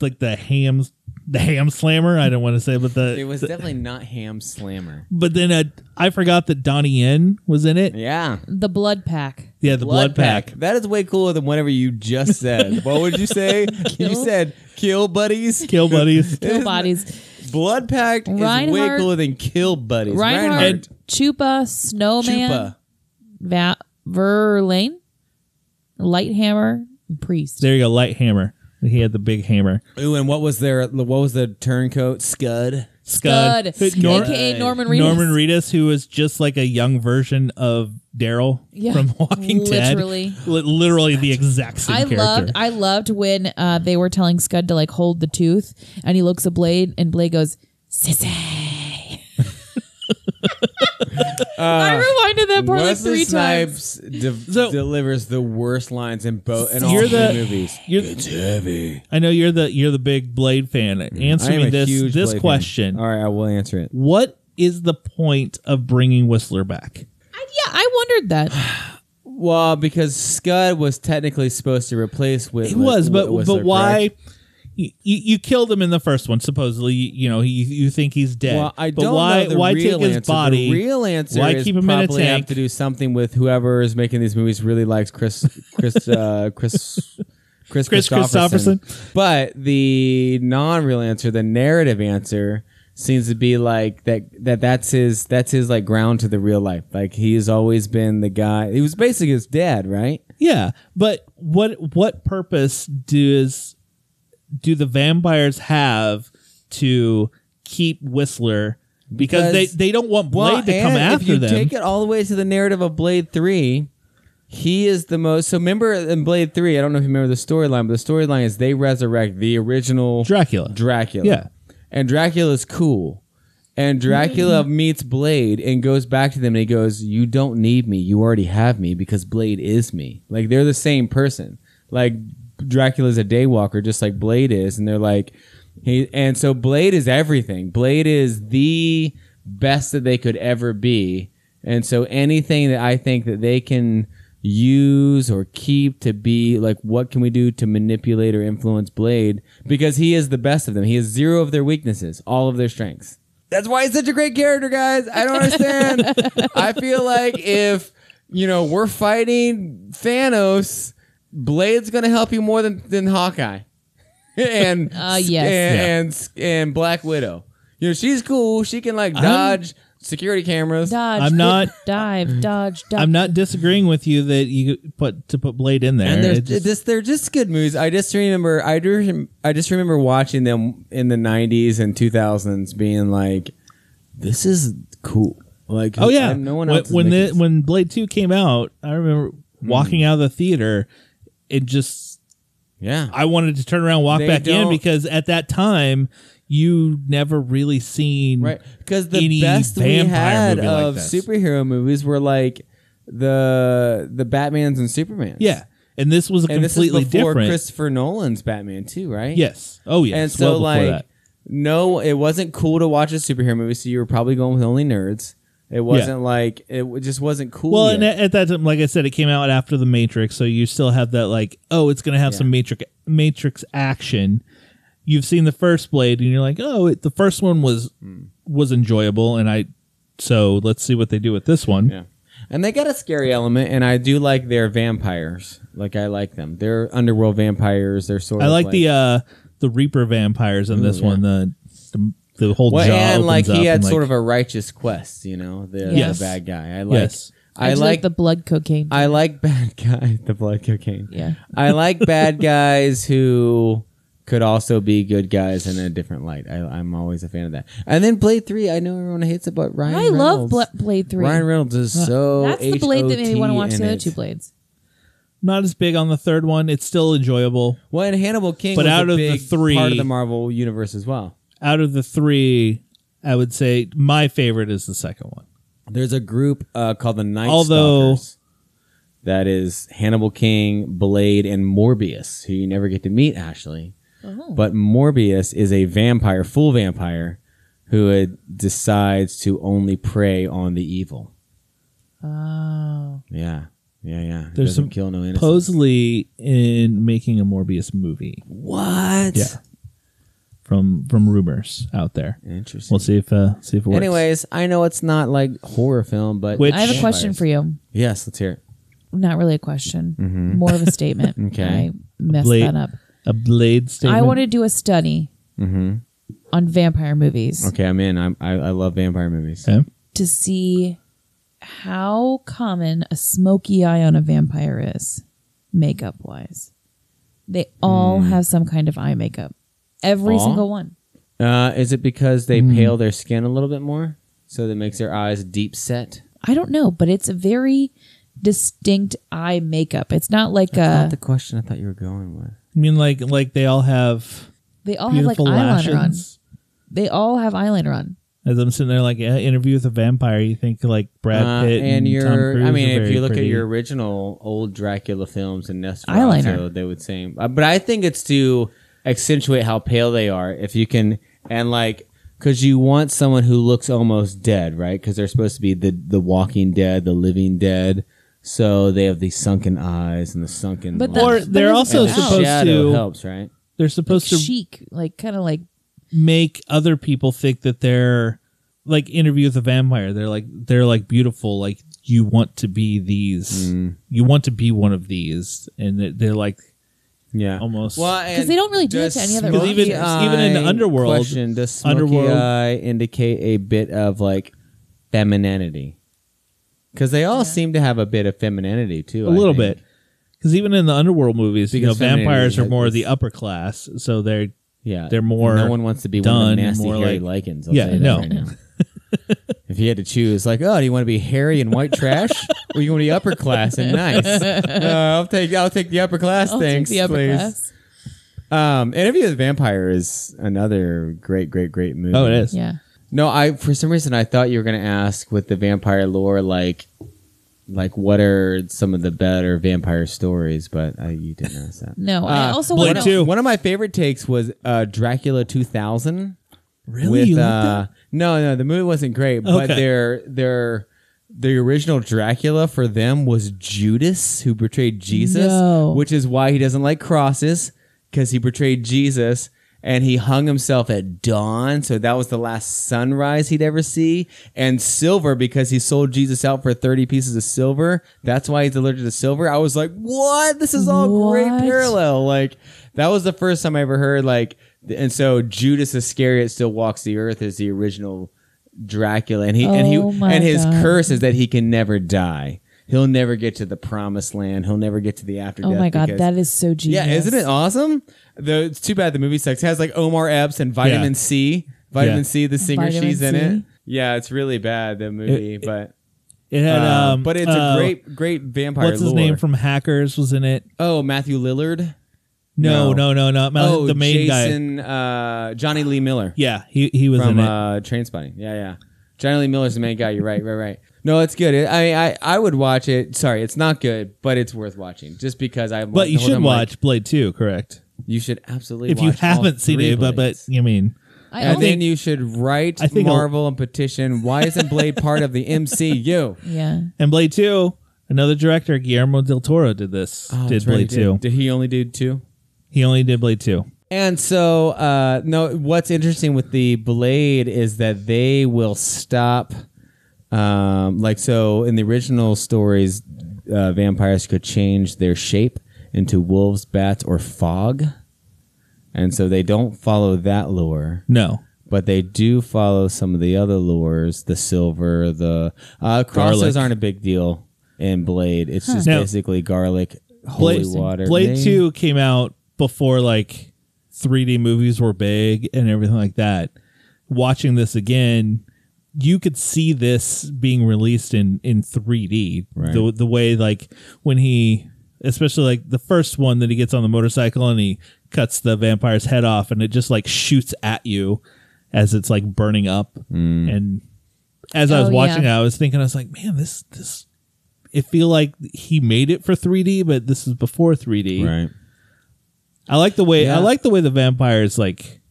Speaker 3: like that.
Speaker 1: like the hams the ham slammer. I don't want to say, but the
Speaker 2: It was definitely not Ham Slammer.
Speaker 1: but then uh, I forgot that Donnie Yen was in it. Yeah,
Speaker 2: Yeah,
Speaker 3: The blood pack.
Speaker 1: the blood, pack.
Speaker 2: That is way cooler than whatever you just said. what would you say? you
Speaker 3: Kill-
Speaker 2: said kill buddies.
Speaker 1: Kill buddies.
Speaker 3: Kill bodies.
Speaker 2: Blood pack is way
Speaker 3: Reinhardt-
Speaker 2: cooler than kill buddies.
Speaker 3: Reinhardt. Chupa. Snowman.
Speaker 2: Chupa.
Speaker 3: Va- Verlaine. Lighthammer. and Priest.
Speaker 1: there you go, light hammer. He had the big hammer.
Speaker 2: Ooh, and what was their what was the turncoat? Scud.
Speaker 1: Scud,
Speaker 3: Scud,
Speaker 1: Nor-
Speaker 3: aka Norman Reedus.
Speaker 1: Norman Reedus, who was just like a young version of Daryl
Speaker 3: Yeah,
Speaker 1: from Walking
Speaker 3: literally.
Speaker 1: Dead, Li- literally the exact same
Speaker 3: I
Speaker 1: character.
Speaker 3: loved I loved when uh, they were telling Scud to like hold the tooth and he looks at Blade and Blade goes, Sissy. I
Speaker 2: Uh,
Speaker 3: rewinded that part like
Speaker 2: Wesley
Speaker 3: three times.
Speaker 2: Snipes de-
Speaker 1: So-
Speaker 2: delivers the worst lines in both in all
Speaker 1: You're
Speaker 2: three
Speaker 1: the-
Speaker 2: movies.
Speaker 1: You're-
Speaker 2: heavy.
Speaker 1: I know you're the you're the big Blade fan.
Speaker 2: Mm-hmm.
Speaker 1: Answer me this this question:
Speaker 2: All right, I will answer it.
Speaker 1: What is the point of bringing Whistler back?
Speaker 3: I, yeah, I wondered that.
Speaker 2: Well, because Scud was technically supposed to replace with
Speaker 1: It was, but
Speaker 2: Whistler,
Speaker 1: but
Speaker 2: correct?
Speaker 1: why? You, you killed him in the first one. Supposedly, you, you know, you, you think he's dead.
Speaker 2: Well, I
Speaker 1: but
Speaker 2: don't
Speaker 1: why,
Speaker 2: know the
Speaker 1: why
Speaker 2: real
Speaker 1: take his
Speaker 2: answer.
Speaker 1: body?
Speaker 2: The real answer
Speaker 1: why
Speaker 2: is
Speaker 1: keep him in a
Speaker 2: probably have
Speaker 1: tank?
Speaker 2: to do something with whoever is making these movies really likes Chris Chris uh, Chris Chris
Speaker 1: Chris
Speaker 2: Christopherson.
Speaker 1: Christopherson.
Speaker 2: But the non-real answer, the narrative answer, seems to be like that that that's his that's his like ground to the real life. Like he's always been the guy. He was basically his dad, right?
Speaker 1: Yeah, but what what purpose does do the vampires have to keep Whistler? Because,
Speaker 2: Because-
Speaker 1: they, they don't want Blade
Speaker 2: Well,
Speaker 1: to come
Speaker 2: and
Speaker 1: after
Speaker 2: if you
Speaker 1: them.
Speaker 2: Take it all the way to the narrative of Blade Three. He is the most. So remember in Blade Three, I don't know if you remember the storyline, but the storyline is they resurrect the original
Speaker 1: Dracula.
Speaker 2: Dracula.
Speaker 1: Yeah.
Speaker 2: and Dracula's cool. And Dracula meets Blade and goes back to them and he goes, "You don't need me. You already have me because Blade is me. Like they're the same person. Like Dracula's a daywalker, just like Blade is, and they're like, he. And so Blade is everything. Blade is the best that they could ever be. And so anything that I think that they can use or keep to be like what can we do to manipulate or influence Blade because he is the best of them. He is zero of their weaknesses, all of their strengths. That's why he's such a great character, guys. I don't understand. I feel like if, you know, we're fighting Thanos, Blade's going to help you more than than Hawkeye. and
Speaker 3: Uh, yes.
Speaker 2: and,
Speaker 1: Yeah.
Speaker 2: and and Black Widow. You know, she's cool. She can like dodge security cameras.
Speaker 3: Dodge.
Speaker 1: I'm not-
Speaker 3: dive, dodge, dodge.
Speaker 1: I'm not disagreeing with you that you put to put Blade in there.
Speaker 2: And there's
Speaker 1: It just-
Speaker 2: this, they're just good movies. I just remember, I do, I just remember watching them in the '90s and 2000s, being like, "This is cool." Like,
Speaker 1: oh yeah,
Speaker 2: no one
Speaker 1: when
Speaker 2: else. is
Speaker 1: when,
Speaker 2: making
Speaker 1: the,
Speaker 2: this.
Speaker 1: when Blade Two came out, I remember
Speaker 2: Hmm.
Speaker 1: walking out of the theater. It just
Speaker 2: yeah,
Speaker 1: I wanted to turn around, and walk
Speaker 2: They
Speaker 1: back in
Speaker 2: don't-
Speaker 1: because at that time you never really seen
Speaker 2: right because the
Speaker 1: any
Speaker 2: best we
Speaker 1: vampire
Speaker 2: had
Speaker 1: movie like
Speaker 2: of
Speaker 1: this.
Speaker 2: superhero movies were like the the Batman's and Supermans.
Speaker 1: Yeah, and this was a
Speaker 2: and this is
Speaker 1: completely
Speaker 2: before
Speaker 1: different.
Speaker 2: Christopher Nolan's Batman too, right?
Speaker 1: yes. Oh yes.
Speaker 2: and so
Speaker 1: well before
Speaker 2: like
Speaker 1: that.
Speaker 2: no it wasn't cool to watch a superhero movie so you were probably going with only nerds it wasn't like it w- just wasn't cool
Speaker 1: Well,
Speaker 2: yet.
Speaker 1: and at, at that time, like I said, it came out after the Matrix, so you still have that like, oh, it's gonna have some Matrix Matrix action. You've seen the first Blade, and you're like, oh, it, the first one was was enjoyable, and I, so let's see what they do with this one.
Speaker 2: yeah and they got a scary element and i do like their vampires like i like them they're underworld vampires they're sort
Speaker 1: I
Speaker 2: of
Speaker 1: like, the uh the Reaper vampires in this one. The, the the whole
Speaker 2: well,
Speaker 1: jaw
Speaker 2: and
Speaker 1: opens
Speaker 2: like he
Speaker 1: up
Speaker 2: had
Speaker 1: and, like-
Speaker 2: sort of a righteous quest you know the,
Speaker 1: Yes.
Speaker 2: the bad guy i like
Speaker 1: Yes.
Speaker 2: i
Speaker 3: just
Speaker 2: like
Speaker 3: the blood cocaine.
Speaker 2: I like bad guy the blood cocaine.
Speaker 3: Yeah.
Speaker 2: I like bad guys who could also be good guys in a different light. I, I'm always a fan of that. And then Blade Three, I know everyone hates it, but Ryan
Speaker 3: I love
Speaker 2: Reynolds,
Speaker 3: Bla- Blade Three.
Speaker 2: Ryan Reynolds is so
Speaker 3: That's the blade that made me want to watch
Speaker 2: HOT
Speaker 3: the other
Speaker 2: in
Speaker 3: two
Speaker 2: it.
Speaker 3: blades.
Speaker 1: not as big on the third one. It's still enjoyable.
Speaker 2: Well, and Hannibal King,
Speaker 1: But
Speaker 2: was
Speaker 1: out
Speaker 2: a
Speaker 1: of the
Speaker 2: big
Speaker 1: three-
Speaker 2: part of the Marvel universe as well.
Speaker 1: Out of the three, I would say my favorite is the second one.
Speaker 2: There's a group uh, called the Night
Speaker 1: Although-
Speaker 2: Stalkers. That is Hannibal King, Blade, and Morbius, who you never get to meet actually. But Morbius is a vampire, full vampire, who uh, decides to only prey on the evil.
Speaker 3: Oh.
Speaker 2: Yeah, yeah, yeah. He
Speaker 1: There's
Speaker 2: doesn't
Speaker 1: some
Speaker 2: kill no innocent.
Speaker 1: supposedly in making a Morbius movie
Speaker 2: what?
Speaker 1: Yeah. from from rumors out there.
Speaker 2: interesting.
Speaker 1: We'll see if uh, see if it works.
Speaker 2: Anyways, I know it's not like horror film, but
Speaker 1: Which-
Speaker 3: I have a question for you.
Speaker 2: Yes, let's hear it.
Speaker 3: Not really a question, more of a statement.
Speaker 2: Mm-hmm. Okay.
Speaker 3: I messed
Speaker 1: Blade
Speaker 3: that up.
Speaker 1: a Blade statement.
Speaker 3: I want to do a study on vampire movies
Speaker 2: Mm-hmm. Okay, I'm in. I'm, I I love vampire movies.
Speaker 1: Okay.
Speaker 3: to see how common a smoky eye on a vampire is, makeup wise. They all have some kind of eye makeup. Every
Speaker 2: Hmm. All?
Speaker 3: single one.
Speaker 2: Uh, is it because they
Speaker 1: Hmm.
Speaker 2: pale their skin a little bit more, so that makes their eyes deep set?
Speaker 3: I don't know, but it's a very distinct eye makeup. It's not like
Speaker 1: Uh,
Speaker 2: Not the
Speaker 3: a
Speaker 2: question I thought you were going with.
Speaker 1: I mean, like like they all have
Speaker 3: they all have like
Speaker 1: beautiful
Speaker 3: eyeliner on.
Speaker 1: lashes.
Speaker 3: They all have eyeliner on.
Speaker 1: As I'm sitting there, like yeah, interview with a vampire, you think like
Speaker 2: Uh,
Speaker 1: Brad Pitt and,
Speaker 2: and your,
Speaker 1: Tom Cruise
Speaker 2: I mean,
Speaker 1: are
Speaker 2: if
Speaker 1: very
Speaker 2: you look
Speaker 1: pretty.
Speaker 2: at your original old Dracula films and Nestor,
Speaker 3: Eyeliner.
Speaker 2: they would say. uh, But I think it's to accentuate how pale they are. If you can, and like, because you want someone who looks almost dead, right? Because they're supposed to be the the Walking Dead, the Living Dead. So they have these sunken eyes and the sunken.
Speaker 3: But
Speaker 2: lips.
Speaker 1: or
Speaker 3: that- but
Speaker 1: they're
Speaker 3: it's
Speaker 1: also
Speaker 3: about-
Speaker 1: supposed
Speaker 2: shadow
Speaker 1: to
Speaker 2: helps, right?
Speaker 1: they're supposed to
Speaker 3: chic, like kind of like
Speaker 1: make other people think that they're like interview with a vampire. They're like they're like beautiful. Like you want to be these.
Speaker 2: Mm.
Speaker 1: You want to be one of these, and they're- they're like
Speaker 2: Yeah,
Speaker 1: almost.
Speaker 3: because they don't really do it to any other.
Speaker 1: 'Cause
Speaker 3: rock
Speaker 1: even-
Speaker 3: stars.
Speaker 1: uh, even in Underworld-
Speaker 2: question, does smoky
Speaker 1: Underworld-
Speaker 2: eye indicate a bit of like femininity? Because they all seem to have a bit of femininity too.
Speaker 1: a little bit because even in the underworld movies you know
Speaker 2: Because femininity
Speaker 1: vampires are
Speaker 2: has
Speaker 1: more
Speaker 2: this-
Speaker 1: the upper class so they're
Speaker 2: Yeah,
Speaker 1: They're more
Speaker 2: No one wants to be one
Speaker 1: done
Speaker 2: of
Speaker 1: and
Speaker 2: the nasty
Speaker 1: more
Speaker 2: hairy
Speaker 1: like-
Speaker 2: lichens. I'll
Speaker 1: Yeah,
Speaker 2: say that
Speaker 1: no.
Speaker 2: right now. if you had to choose, like, oh, do you want to be hairy and white trash, or you want to be upper class and nice? Uh, I'll take I'll take the upper class.
Speaker 3: I'll take
Speaker 2: thanks,
Speaker 3: the upper
Speaker 2: please.
Speaker 3: class.
Speaker 2: Um, Interview with the Vampire is another great, great, great movie.
Speaker 1: oh it is
Speaker 3: Yeah,
Speaker 2: No, I for some reason I thought you were gonna ask with the vampire lore, like, like what are some of the better vampire stories? But uh, you didn't ask that.
Speaker 3: no. and I
Speaker 2: Uh,
Speaker 3: also
Speaker 1: Blade
Speaker 3: want
Speaker 1: two.
Speaker 3: to.
Speaker 2: One of my favorite takes was uh, Dracula two thousand.
Speaker 1: really
Speaker 2: With
Speaker 1: You like
Speaker 2: uh, no, no, the movie wasn't great, but
Speaker 1: Okay.
Speaker 2: their their the original Dracula for them was Judas, who portrayed Jesus,
Speaker 3: No.
Speaker 2: which is why he doesn't like crosses because he portrayed Jesus. And he hung himself at dawn, so that was the last sunrise he'd ever see. And silver, because he sold Jesus out for thirty pieces of silver. That's why he's allergic to silver. I was like, "What? This is all
Speaker 3: What?
Speaker 2: great parallel." Like that was the first time I ever heard like. th- And so Judas Iscariot still walks the earth as the original Dracula, and he and he
Speaker 3: Oh my
Speaker 2: and his
Speaker 3: God.
Speaker 2: curse is that he can never die. He'll never get to the promised land. He'll never get to the after.
Speaker 3: Oh
Speaker 2: death
Speaker 3: my god,
Speaker 2: because-
Speaker 3: that is so genius.
Speaker 2: yeah, isn't it awesome? The it's too bad the movie sucks. It has like Omar Epps and Vitamin
Speaker 1: Yeah.
Speaker 2: C. Vitamin
Speaker 1: Yeah.
Speaker 2: C, the singer,
Speaker 3: Vitamin
Speaker 2: she's in
Speaker 3: C.
Speaker 2: it. Yeah, it's really bad the movie,
Speaker 1: It-
Speaker 2: but
Speaker 1: it had
Speaker 2: uh,
Speaker 1: um
Speaker 2: but it's
Speaker 1: uh,
Speaker 2: a great great vampire.
Speaker 1: what's his
Speaker 2: lore.
Speaker 1: name from hackers was in it
Speaker 2: Oh, Matthew Lillard.
Speaker 1: no
Speaker 2: No.
Speaker 1: no no no, Mal-
Speaker 2: oh,
Speaker 1: Uh, the main guy
Speaker 2: Jason, Uh, Johnny Lee Miller
Speaker 1: yeah he, he was
Speaker 2: from
Speaker 1: in it
Speaker 2: uh, Train Spotting. Yeah, yeah. Johnny Lee Miller's the main guy. You're right, right, right. No, it's good. It, I, I I would watch it. Sorry, it's not good, but it's worth watching just because I.
Speaker 1: but you should watch blade 2 correct
Speaker 2: you should absolutely.
Speaker 1: if you
Speaker 2: watch all
Speaker 1: haven't seen
Speaker 2: three
Speaker 1: it but but
Speaker 2: Blades.
Speaker 1: you mean
Speaker 3: I
Speaker 2: and
Speaker 3: only,
Speaker 2: then you should write
Speaker 1: I think I'll-
Speaker 2: Marvel and petition. Why isn't Blade part of the MCU?
Speaker 3: yeah.
Speaker 1: and blade 2 another director guillermo del toro did this
Speaker 2: Oh,
Speaker 1: did
Speaker 2: that's right,
Speaker 1: blade
Speaker 2: he
Speaker 1: 2
Speaker 2: Did he only do two?
Speaker 1: he only did blade 2
Speaker 2: And so, uh, no, what's interesting with the Blade is that they will stop. Um, like, so in the original stories, uh, vampires could change their shape into wolves, bats, or fog. And so they don't follow that lore.
Speaker 1: no
Speaker 2: but they do follow some of the other lures, the silver, the uh, crosses
Speaker 1: Garlic.
Speaker 2: aren't a big deal in Blade. It's just
Speaker 1: No.
Speaker 2: basically garlic, holy
Speaker 1: Blade,
Speaker 2: water.
Speaker 1: Blade
Speaker 2: They-
Speaker 1: Two came out before like 3D movies were big and everything like that. Watching this again, you could see this being released in in 3D.
Speaker 2: Right.
Speaker 1: The the way like when he, especially like the first one that he gets on the motorcycle and he cuts the vampire's head off and it just like shoots at you as it's like burning up
Speaker 2: Mm.
Speaker 1: and. As I was
Speaker 3: Oh,
Speaker 1: watching,
Speaker 3: yeah.
Speaker 1: it, I was thinking, I was like, "Man, this this it feel like he made it for 3D, but this is before 3D.
Speaker 2: Right.
Speaker 1: I like the way
Speaker 2: Yeah.
Speaker 1: I like the way the vampires like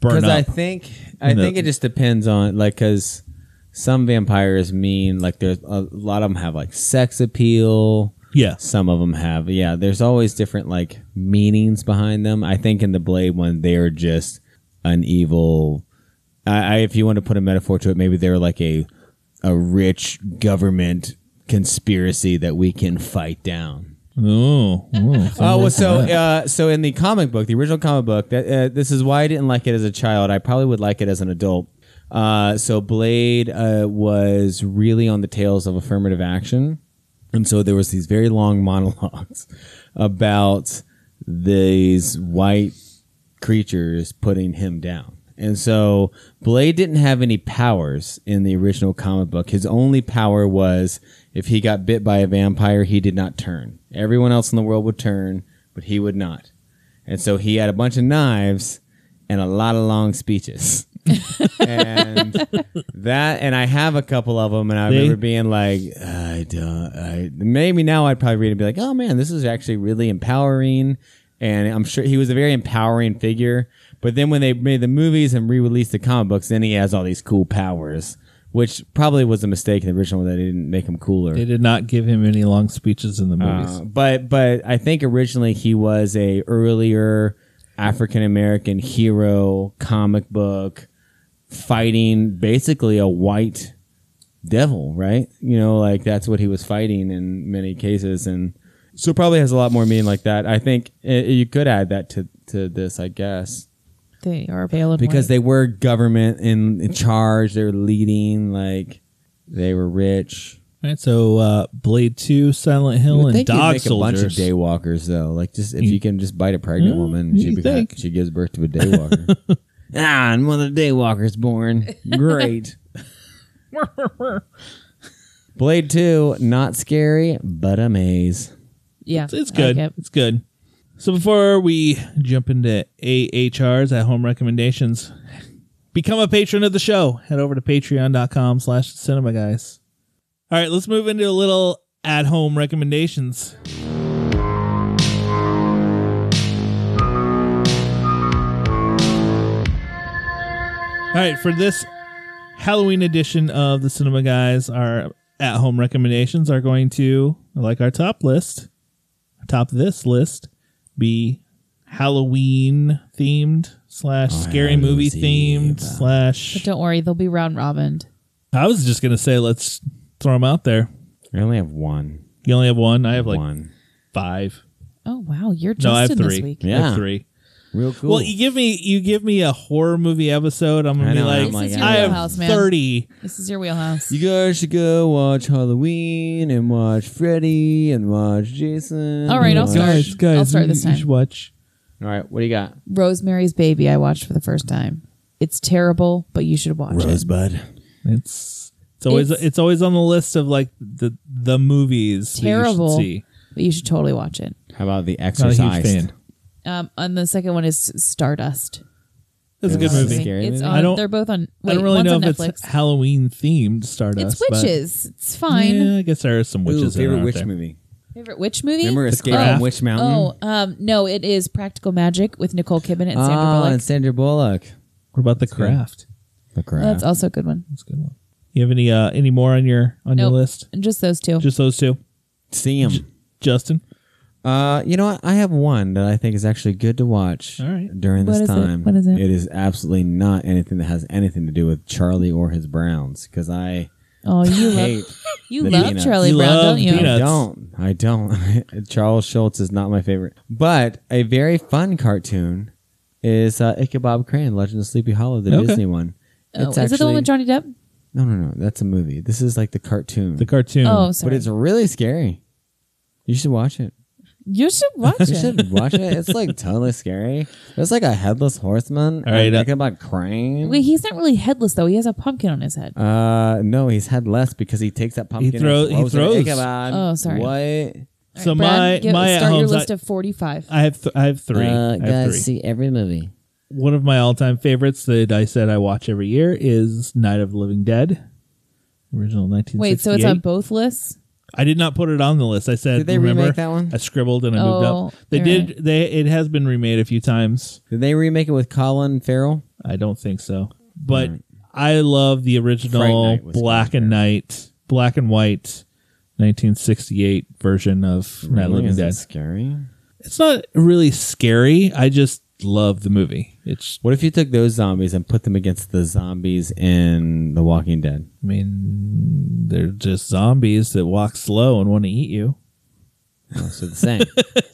Speaker 1: burn
Speaker 2: Because
Speaker 1: up.
Speaker 2: I think I
Speaker 1: No.
Speaker 2: think it just depends on like because some vampires mean like there's a lot of them have like sex appeal.
Speaker 1: yeah,
Speaker 2: Some of them have yeah. There's always different like meanings behind them. I think in the Blade one they're just an evil. I, I if you want to put a metaphor to it, maybe they're like a a rich government conspiracy that we can fight down.
Speaker 1: oh,
Speaker 2: Oh well, so uh, so in the comic book, the original comic book, that uh, this is why I didn't like it as a child. I probably would like it as an adult. Uh, so Blade uh, was really on the tails of affirmative action, and so there was these very long monologues about these white creatures putting him down. And so Blade didn't have any powers in the original comic book. His only power was if he got bit by a vampire, he did not turn. Everyone else in the world would turn, but he would not. And so he had a bunch of knives and a lot of long speeches. and that, and I have a couple of them, and I
Speaker 1: See?
Speaker 2: remember being like, I don't, I, maybe now I'd probably read it and be like, oh man, this is actually really empowering. And I'm sure he was a very empowering figure. But then when they made the movies and re released the comic books, then he has all these cool powers, which probably was a mistake in the original that they didn't make him cooler.
Speaker 1: They did not give him any long speeches in the movies.
Speaker 2: Uh, but but I think originally he was a earlier African American hero comic book fighting basically a white devil, right? You know, like that's what he was fighting in many cases, and so it probably has a lot more meaning like that. I think i you could add that to to this, I guess,
Speaker 3: They are available
Speaker 2: because they were government in, in charge, they were leading, like they were rich.
Speaker 1: All right, so uh, Blade Two, Silent
Speaker 2: You
Speaker 1: Hill,
Speaker 2: would
Speaker 1: and
Speaker 2: think you'd
Speaker 1: Dog
Speaker 2: make a bunch of
Speaker 1: Soldiers.
Speaker 2: daywalkers though. Like just if you can just bite a pregnant woman, she
Speaker 1: you'd
Speaker 2: becomes,
Speaker 1: think.
Speaker 2: she gives birth to a daywalker. ah, and one of the daywalkers born. Great. Blade two, not scary, but a maze.
Speaker 3: yeah,
Speaker 1: It's- it's
Speaker 3: I like
Speaker 1: good.
Speaker 3: it.
Speaker 1: It's good. So before we jump into AHR's at home recommendations, become a patron of the show. Head over to patreon.com slash cinema guys. All right, let's move into a little at home recommendations. All right, for this Halloween edition of the Cinema Guys, our at home recommendations are going to, like our top list, top of this list be Halloween themed slash scary
Speaker 2: Oh, Halloween.
Speaker 1: movie themed slash.
Speaker 3: But don't worry, they'll be round robin.
Speaker 1: I was just gonna say let's throw them out there.
Speaker 2: I only have one.
Speaker 1: You only have one. I have like
Speaker 2: one.
Speaker 1: five.
Speaker 3: Oh wow, you're
Speaker 1: No, I have
Speaker 3: Justin this
Speaker 1: three.
Speaker 3: week.
Speaker 1: I have
Speaker 2: Yeah.
Speaker 1: three.
Speaker 2: Real cool.
Speaker 1: Well, you give me you give me a horror movie episode. I'm gonna
Speaker 2: I
Speaker 1: be
Speaker 2: know,
Speaker 1: like,
Speaker 2: I'm like, This is your
Speaker 1: I have
Speaker 3: wheelhouse, man.
Speaker 1: thirty.
Speaker 3: This is your wheelhouse.
Speaker 2: oh You guys should go watch Halloween and watch Freddy and watch Jason.
Speaker 3: All right,
Speaker 2: and
Speaker 3: I'll
Speaker 2: watch-
Speaker 3: start. Guys, guys, I'll start this you- you time. should
Speaker 1: watch.
Speaker 2: All right, what do you got?
Speaker 3: Rosemary's Baby. I watched for the first time. It's terrible, but you should watch it.
Speaker 2: Rosebud.
Speaker 1: It's it's always it's,
Speaker 3: It's-
Speaker 1: always on the list of like the the movies. that you should
Speaker 3: Terrible,
Speaker 1: see.
Speaker 3: but you should totally watch it.
Speaker 2: How about the
Speaker 1: Not a
Speaker 2: Exorcist?
Speaker 1: huge fan.
Speaker 3: Um, and the second one is Stardust.
Speaker 1: It's a good
Speaker 2: It's a
Speaker 1: movie.
Speaker 2: scary
Speaker 3: It's
Speaker 2: movie?
Speaker 3: on,
Speaker 1: I don't-
Speaker 3: They're both on.
Speaker 1: I
Speaker 3: wait,
Speaker 1: don't really
Speaker 3: one's
Speaker 1: know
Speaker 3: on
Speaker 1: if
Speaker 3: Netflix.
Speaker 1: it's Halloween themed Stardust.
Speaker 3: It's
Speaker 1: but-
Speaker 3: witches. It's fine.
Speaker 1: Yeah, I guess there are some witches. in
Speaker 2: Ooh, favorite
Speaker 1: uh, there, aren't
Speaker 2: witch
Speaker 1: there?
Speaker 2: movie.
Speaker 3: Favorite witch movie?
Speaker 2: Remember Escape
Speaker 1: Craft?
Speaker 2: from Witch Mountain?
Speaker 3: Oh, um, no, it is Practical Magic with Nicole Kidman and Sandra
Speaker 2: Ah,
Speaker 3: Bullock.
Speaker 2: and Sandra Bullock.
Speaker 1: What about the craft?
Speaker 2: The crap.
Speaker 3: That's also a good one.
Speaker 1: That's a good one. You have any uh any more on your on your
Speaker 3: Nope.
Speaker 1: list?
Speaker 3: And just those two.
Speaker 1: Just those two,
Speaker 2: See him.
Speaker 1: Justin.
Speaker 2: Uh, you know what? I have one that I think is actually good to watch
Speaker 1: All right.
Speaker 2: during
Speaker 3: What
Speaker 2: this
Speaker 3: is it?
Speaker 2: time.
Speaker 3: What is it?
Speaker 2: It is absolutely not anything that has anything to do with Charlie or his Browns because I
Speaker 3: oh, you love
Speaker 2: hate.
Speaker 3: you
Speaker 2: the
Speaker 3: love
Speaker 2: peanuts.
Speaker 3: Charlie
Speaker 1: You
Speaker 3: Brown,
Speaker 1: love
Speaker 3: don't you?
Speaker 1: peanuts.
Speaker 2: I don't. I don't. Charles Schultz is not my favorite, but a very fun cartoon is uh, Ichabod Crane: Legend of Sleepy Hollow, the
Speaker 1: Okay.
Speaker 2: Disney one.
Speaker 3: Oh, is it the one with Johnny Depp?
Speaker 2: No, no, no. That's a movie. This is like the cartoon.
Speaker 1: The cartoon.
Speaker 3: Oh, sorry.
Speaker 2: But it's really scary. You should watch it.
Speaker 3: you should watch
Speaker 2: You
Speaker 3: it.
Speaker 2: should watch it. It's like totally scary. There's like a headless horseman.
Speaker 1: All right,
Speaker 2: I'm
Speaker 1: uh,
Speaker 2: thinking about crane.
Speaker 3: Wait, he's not really headless though. He has a pumpkin on his head.
Speaker 2: uh, no, he's headless because he takes that pumpkin.
Speaker 1: throw-
Speaker 2: and
Speaker 1: he
Speaker 2: throws. it.
Speaker 1: throws.
Speaker 2: Ichabod.
Speaker 3: Oh, sorry.
Speaker 2: What?
Speaker 3: All
Speaker 1: So
Speaker 3: Brad,
Speaker 1: my-
Speaker 3: give-
Speaker 1: my at
Speaker 3: start your
Speaker 1: homes,
Speaker 3: list
Speaker 1: I-
Speaker 3: of forty-five.
Speaker 1: I have th- I have three.
Speaker 2: Uh,
Speaker 1: I have three.
Speaker 2: guys, see every movie.
Speaker 1: One of my all time favorites that I said I watch every year is Night of the Living Dead, original nineteen.
Speaker 3: Wait, so it's on both lists?
Speaker 1: I did not put it on the list. I said
Speaker 2: Did they
Speaker 1: remember
Speaker 2: remake that one?
Speaker 1: I scribbled and I
Speaker 3: Oh,
Speaker 1: moved up. They
Speaker 3: all
Speaker 1: did. They it has been remade a few times.
Speaker 2: Did they remake it with Colin Farrell?
Speaker 1: I don't think so. But I love the
Speaker 2: Fright
Speaker 1: original
Speaker 2: Night was
Speaker 1: black and night, black and white, 1968 version of Night of the Living
Speaker 2: Is
Speaker 1: Dead.
Speaker 2: that scary?
Speaker 1: It's not really scary. I just love the movie. It's,
Speaker 2: What if you took those zombies and put them against the zombies in The Walking Dead?
Speaker 1: I mean, they're just zombies that walk slow and want to eat you.
Speaker 2: Oh, so the same.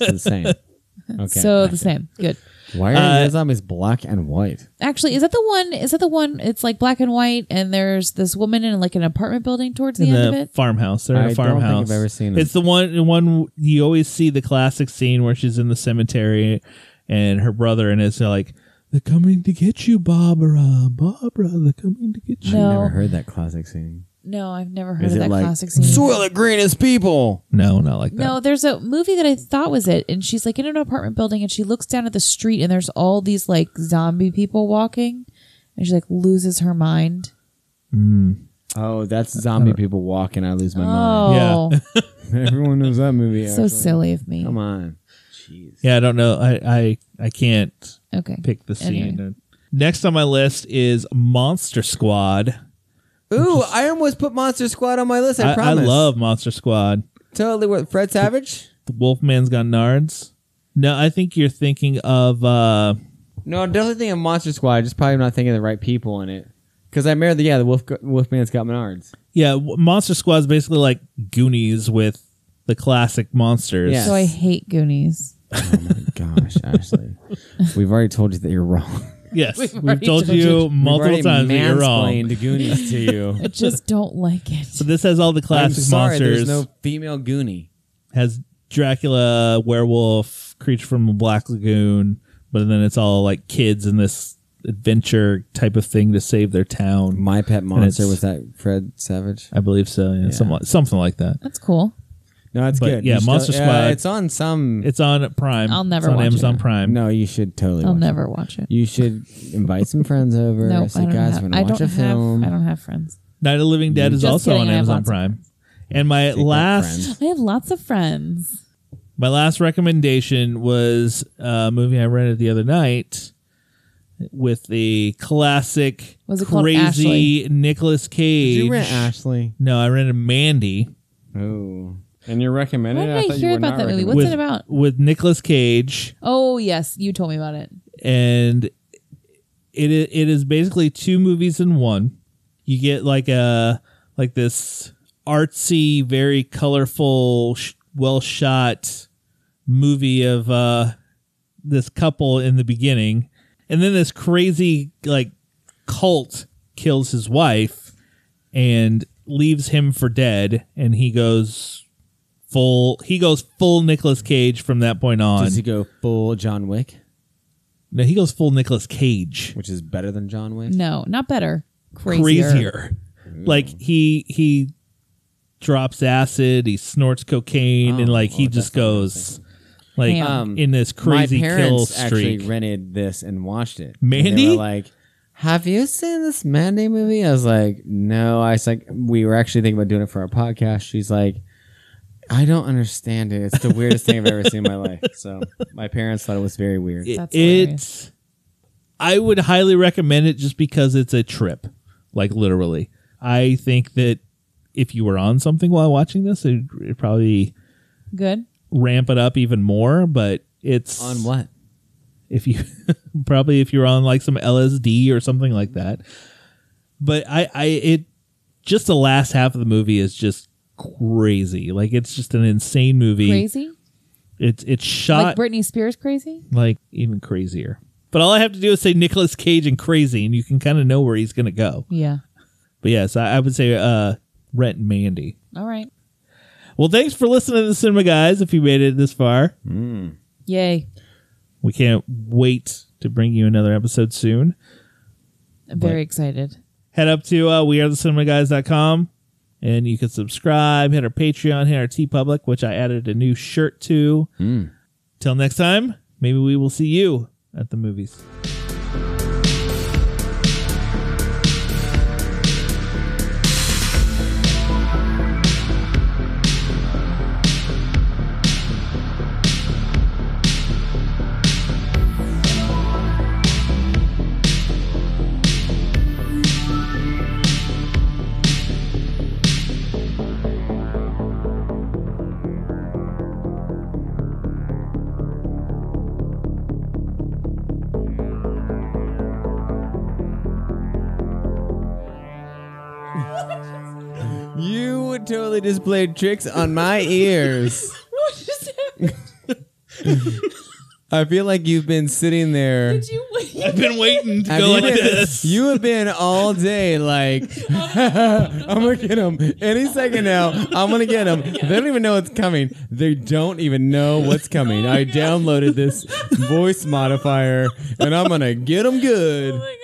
Speaker 2: so the same. Okay.
Speaker 3: so
Speaker 2: gotcha.
Speaker 3: the same. Good.
Speaker 2: Why are
Speaker 1: Uh,
Speaker 2: the zombies black and white?
Speaker 3: Actually, is that the one? Is that the one? It's like black and white, and there's this woman in like an apartment building towards the
Speaker 1: in
Speaker 3: end
Speaker 1: the
Speaker 3: of it.
Speaker 1: farmhouse. They're in
Speaker 2: I
Speaker 1: a
Speaker 2: don't think
Speaker 1: farmhouse.
Speaker 2: I've ever seen it.
Speaker 1: It's the one the one you always see the classic scene where she's in the cemetery and her brother and it's like They're coming to get you, Barbara. Barbara, they're coming to get you.
Speaker 3: No.
Speaker 2: I've never heard that classic scene.
Speaker 3: No, I've never heard
Speaker 2: Is
Speaker 3: of
Speaker 2: it
Speaker 3: that
Speaker 2: like-
Speaker 3: classic scene.
Speaker 2: Soil the greenest people.
Speaker 1: No, not like that.
Speaker 3: No, there's a movie that I thought was it, and she's like in an apartment building, and she looks down at the street, and there's all these like zombie people walking, and she like loses her mind.
Speaker 2: Oh, that's zombie people walking. I lose my mind.
Speaker 3: Oh,
Speaker 2: Everyone knows that movie.
Speaker 3: so silly of me.
Speaker 2: Come on. Jeez.
Speaker 1: Yeah, I don't know. I I, I can't
Speaker 3: Okay,
Speaker 1: pick the scene.
Speaker 3: Anyway.
Speaker 1: Next on my list is Monster Squad.
Speaker 2: Ooh, I almost put Monster Squad on my list. I,
Speaker 1: I, I
Speaker 2: promise.
Speaker 1: love Monster Squad.
Speaker 2: totally what Fred Savage.
Speaker 1: The Wolfman's Got Nards. No, I think you're thinking of uh
Speaker 2: No, I'm definitely thinking of Monster Squad. Just probably not thinking of the right people in it. Because I remember the yeah, the Wolf Wolfman's got Menards.
Speaker 1: yeah, w- Monster Squad is basically like Goonies with the classic monsters.
Speaker 2: Yeah.
Speaker 3: so I hate Goonies.
Speaker 2: Oh my gosh, Ashley, we've already told you that you're wrong.
Speaker 1: Yes, we've,
Speaker 3: already
Speaker 1: told
Speaker 3: told
Speaker 1: you
Speaker 3: you.
Speaker 1: multiple times that you're wrong.
Speaker 2: Goonies to you.
Speaker 3: I just don't like
Speaker 1: So
Speaker 3: it.
Speaker 1: this has all the
Speaker 2: I'm
Speaker 1: classic
Speaker 2: sorry,
Speaker 1: monsters.
Speaker 2: there's no female Goonie.
Speaker 1: has Dracula, werewolf, creature from the Black Lagoon, but then it's all like kids in this adventure type of thing to save their town.
Speaker 2: My pet
Speaker 1: monster,
Speaker 2: monster
Speaker 1: was
Speaker 2: was that Fred Savage.
Speaker 1: I believe so. Yeah, Something, something like that.
Speaker 3: That's cool.
Speaker 2: No, it's
Speaker 1: But,
Speaker 2: good.
Speaker 1: yeah,
Speaker 2: You should
Speaker 1: Monster
Speaker 2: to- uh,
Speaker 1: Squad.
Speaker 2: it's on some.
Speaker 1: It's on Prime.
Speaker 3: I'll never
Speaker 1: It's on
Speaker 3: watch
Speaker 1: Amazon
Speaker 3: it.
Speaker 1: Prime.
Speaker 2: no, you should totally.
Speaker 3: I'll
Speaker 2: watch it.
Speaker 3: never watch it.
Speaker 2: You should invite some friends over.
Speaker 3: No,
Speaker 2: say,
Speaker 3: I don't
Speaker 2: guys,
Speaker 3: have.
Speaker 2: we're gonna
Speaker 3: I
Speaker 2: watch
Speaker 3: don't
Speaker 2: a
Speaker 3: have.
Speaker 2: film.
Speaker 3: I don't have friends.
Speaker 1: Night of the Living Dead is
Speaker 3: Mm-hmm. Just
Speaker 1: also
Speaker 3: kidding,
Speaker 1: on
Speaker 3: I have
Speaker 1: Amazon
Speaker 3: lots of
Speaker 1: Prime. And my
Speaker 2: Take that,
Speaker 1: last
Speaker 2: friends.
Speaker 3: I have lots of friends.
Speaker 1: My last recommendation was a movie I rented the other night with the classic
Speaker 3: Was it called
Speaker 1: crazy Nicolas Cage.
Speaker 2: Did you rent Ashley?
Speaker 1: No, I rented Mandy
Speaker 2: Oh, and you're
Speaker 3: Why
Speaker 2: recommending?
Speaker 3: did I hear about that movie? What's
Speaker 1: with,
Speaker 3: it about?
Speaker 1: With Nicolas Cage
Speaker 3: Oh yes, you told me about it.
Speaker 1: and it i- it is basically two movies in one. You get like a like this artsy, very colorful, sh- well shot movie of uh this couple in the beginning, and then this crazy like cult kills his wife and leaves him for dead, and he goes full he goes full Nicolas Cage from that point on.
Speaker 2: Does he go full John Wick,
Speaker 1: no, he goes full Nicolas Cage.
Speaker 2: which is better than John Wick?
Speaker 3: No, not better.
Speaker 1: crazier.
Speaker 3: Mm.
Speaker 1: Like he he drops acid, he snorts cocaine, and
Speaker 2: Oh,
Speaker 1: like he
Speaker 2: oh,
Speaker 1: just
Speaker 2: that's not what I
Speaker 1: goes like
Speaker 3: Damn.
Speaker 2: Um,
Speaker 1: in this crazy
Speaker 2: My
Speaker 1: kill
Speaker 2: parents
Speaker 1: streak.
Speaker 2: actually rented this and watched it. And
Speaker 1: Mandy?
Speaker 2: they were like, "Have you seen this Mandy movie?" I was like, "No." I was like, "We were actually thinking about doing it for our podcast." She's like, "I don't understand it. It's the weirdest thing I've ever seen in my life." So my parents thought it was very weird.
Speaker 1: It-
Speaker 3: That's hilarious.
Speaker 1: it's I would highly recommend it just because it's a trip, like literally. I think that if you were on something while watching this, it'd, it'd probably
Speaker 3: Good.
Speaker 1: ramp it up even more. But it's
Speaker 2: On what?
Speaker 1: if you probably if you're on like some LSD or something like that. But I, I it just the last half of the movie is just crazy. Like it's just an insane movie.
Speaker 3: Crazy?
Speaker 1: It's it's
Speaker 3: Like
Speaker 1: shot like,
Speaker 3: Britney Spears crazy?
Speaker 1: even crazier. But all I have to do is say Nicolas Cage and crazy, and you can kind of know where he's gonna go.
Speaker 3: Yeah.
Speaker 1: But yes, I, I would say uh, Rent Mandy.
Speaker 3: All right.
Speaker 1: Well, thanks for listening to the Cinema Guys. If you made it this far,
Speaker 3: Yay.
Speaker 1: we can't wait to bring you another episode soon.
Speaker 3: I'm very excited.
Speaker 1: head up to uh, wearethecinemaguys.com and you can subscribe, hit our Patreon, hit our T Public, which I added a new shirt to.
Speaker 2: Hmm.
Speaker 1: Till next time, maybe we will see you at the movies.
Speaker 2: You totally just played tricks on my ears.
Speaker 3: What just happened
Speaker 2: I feel like you've been sitting there.
Speaker 3: you? Oh
Speaker 1: I've been waiting to
Speaker 2: Have
Speaker 1: go
Speaker 2: you
Speaker 1: like
Speaker 2: been-
Speaker 1: this.
Speaker 2: You have been all day like, I'm gonna get him any second now. I'm gonna get him. They don't even know it's coming. They don't even know what's coming. I downloaded this voice modifier, and I'm gonna get him good.
Speaker 3: my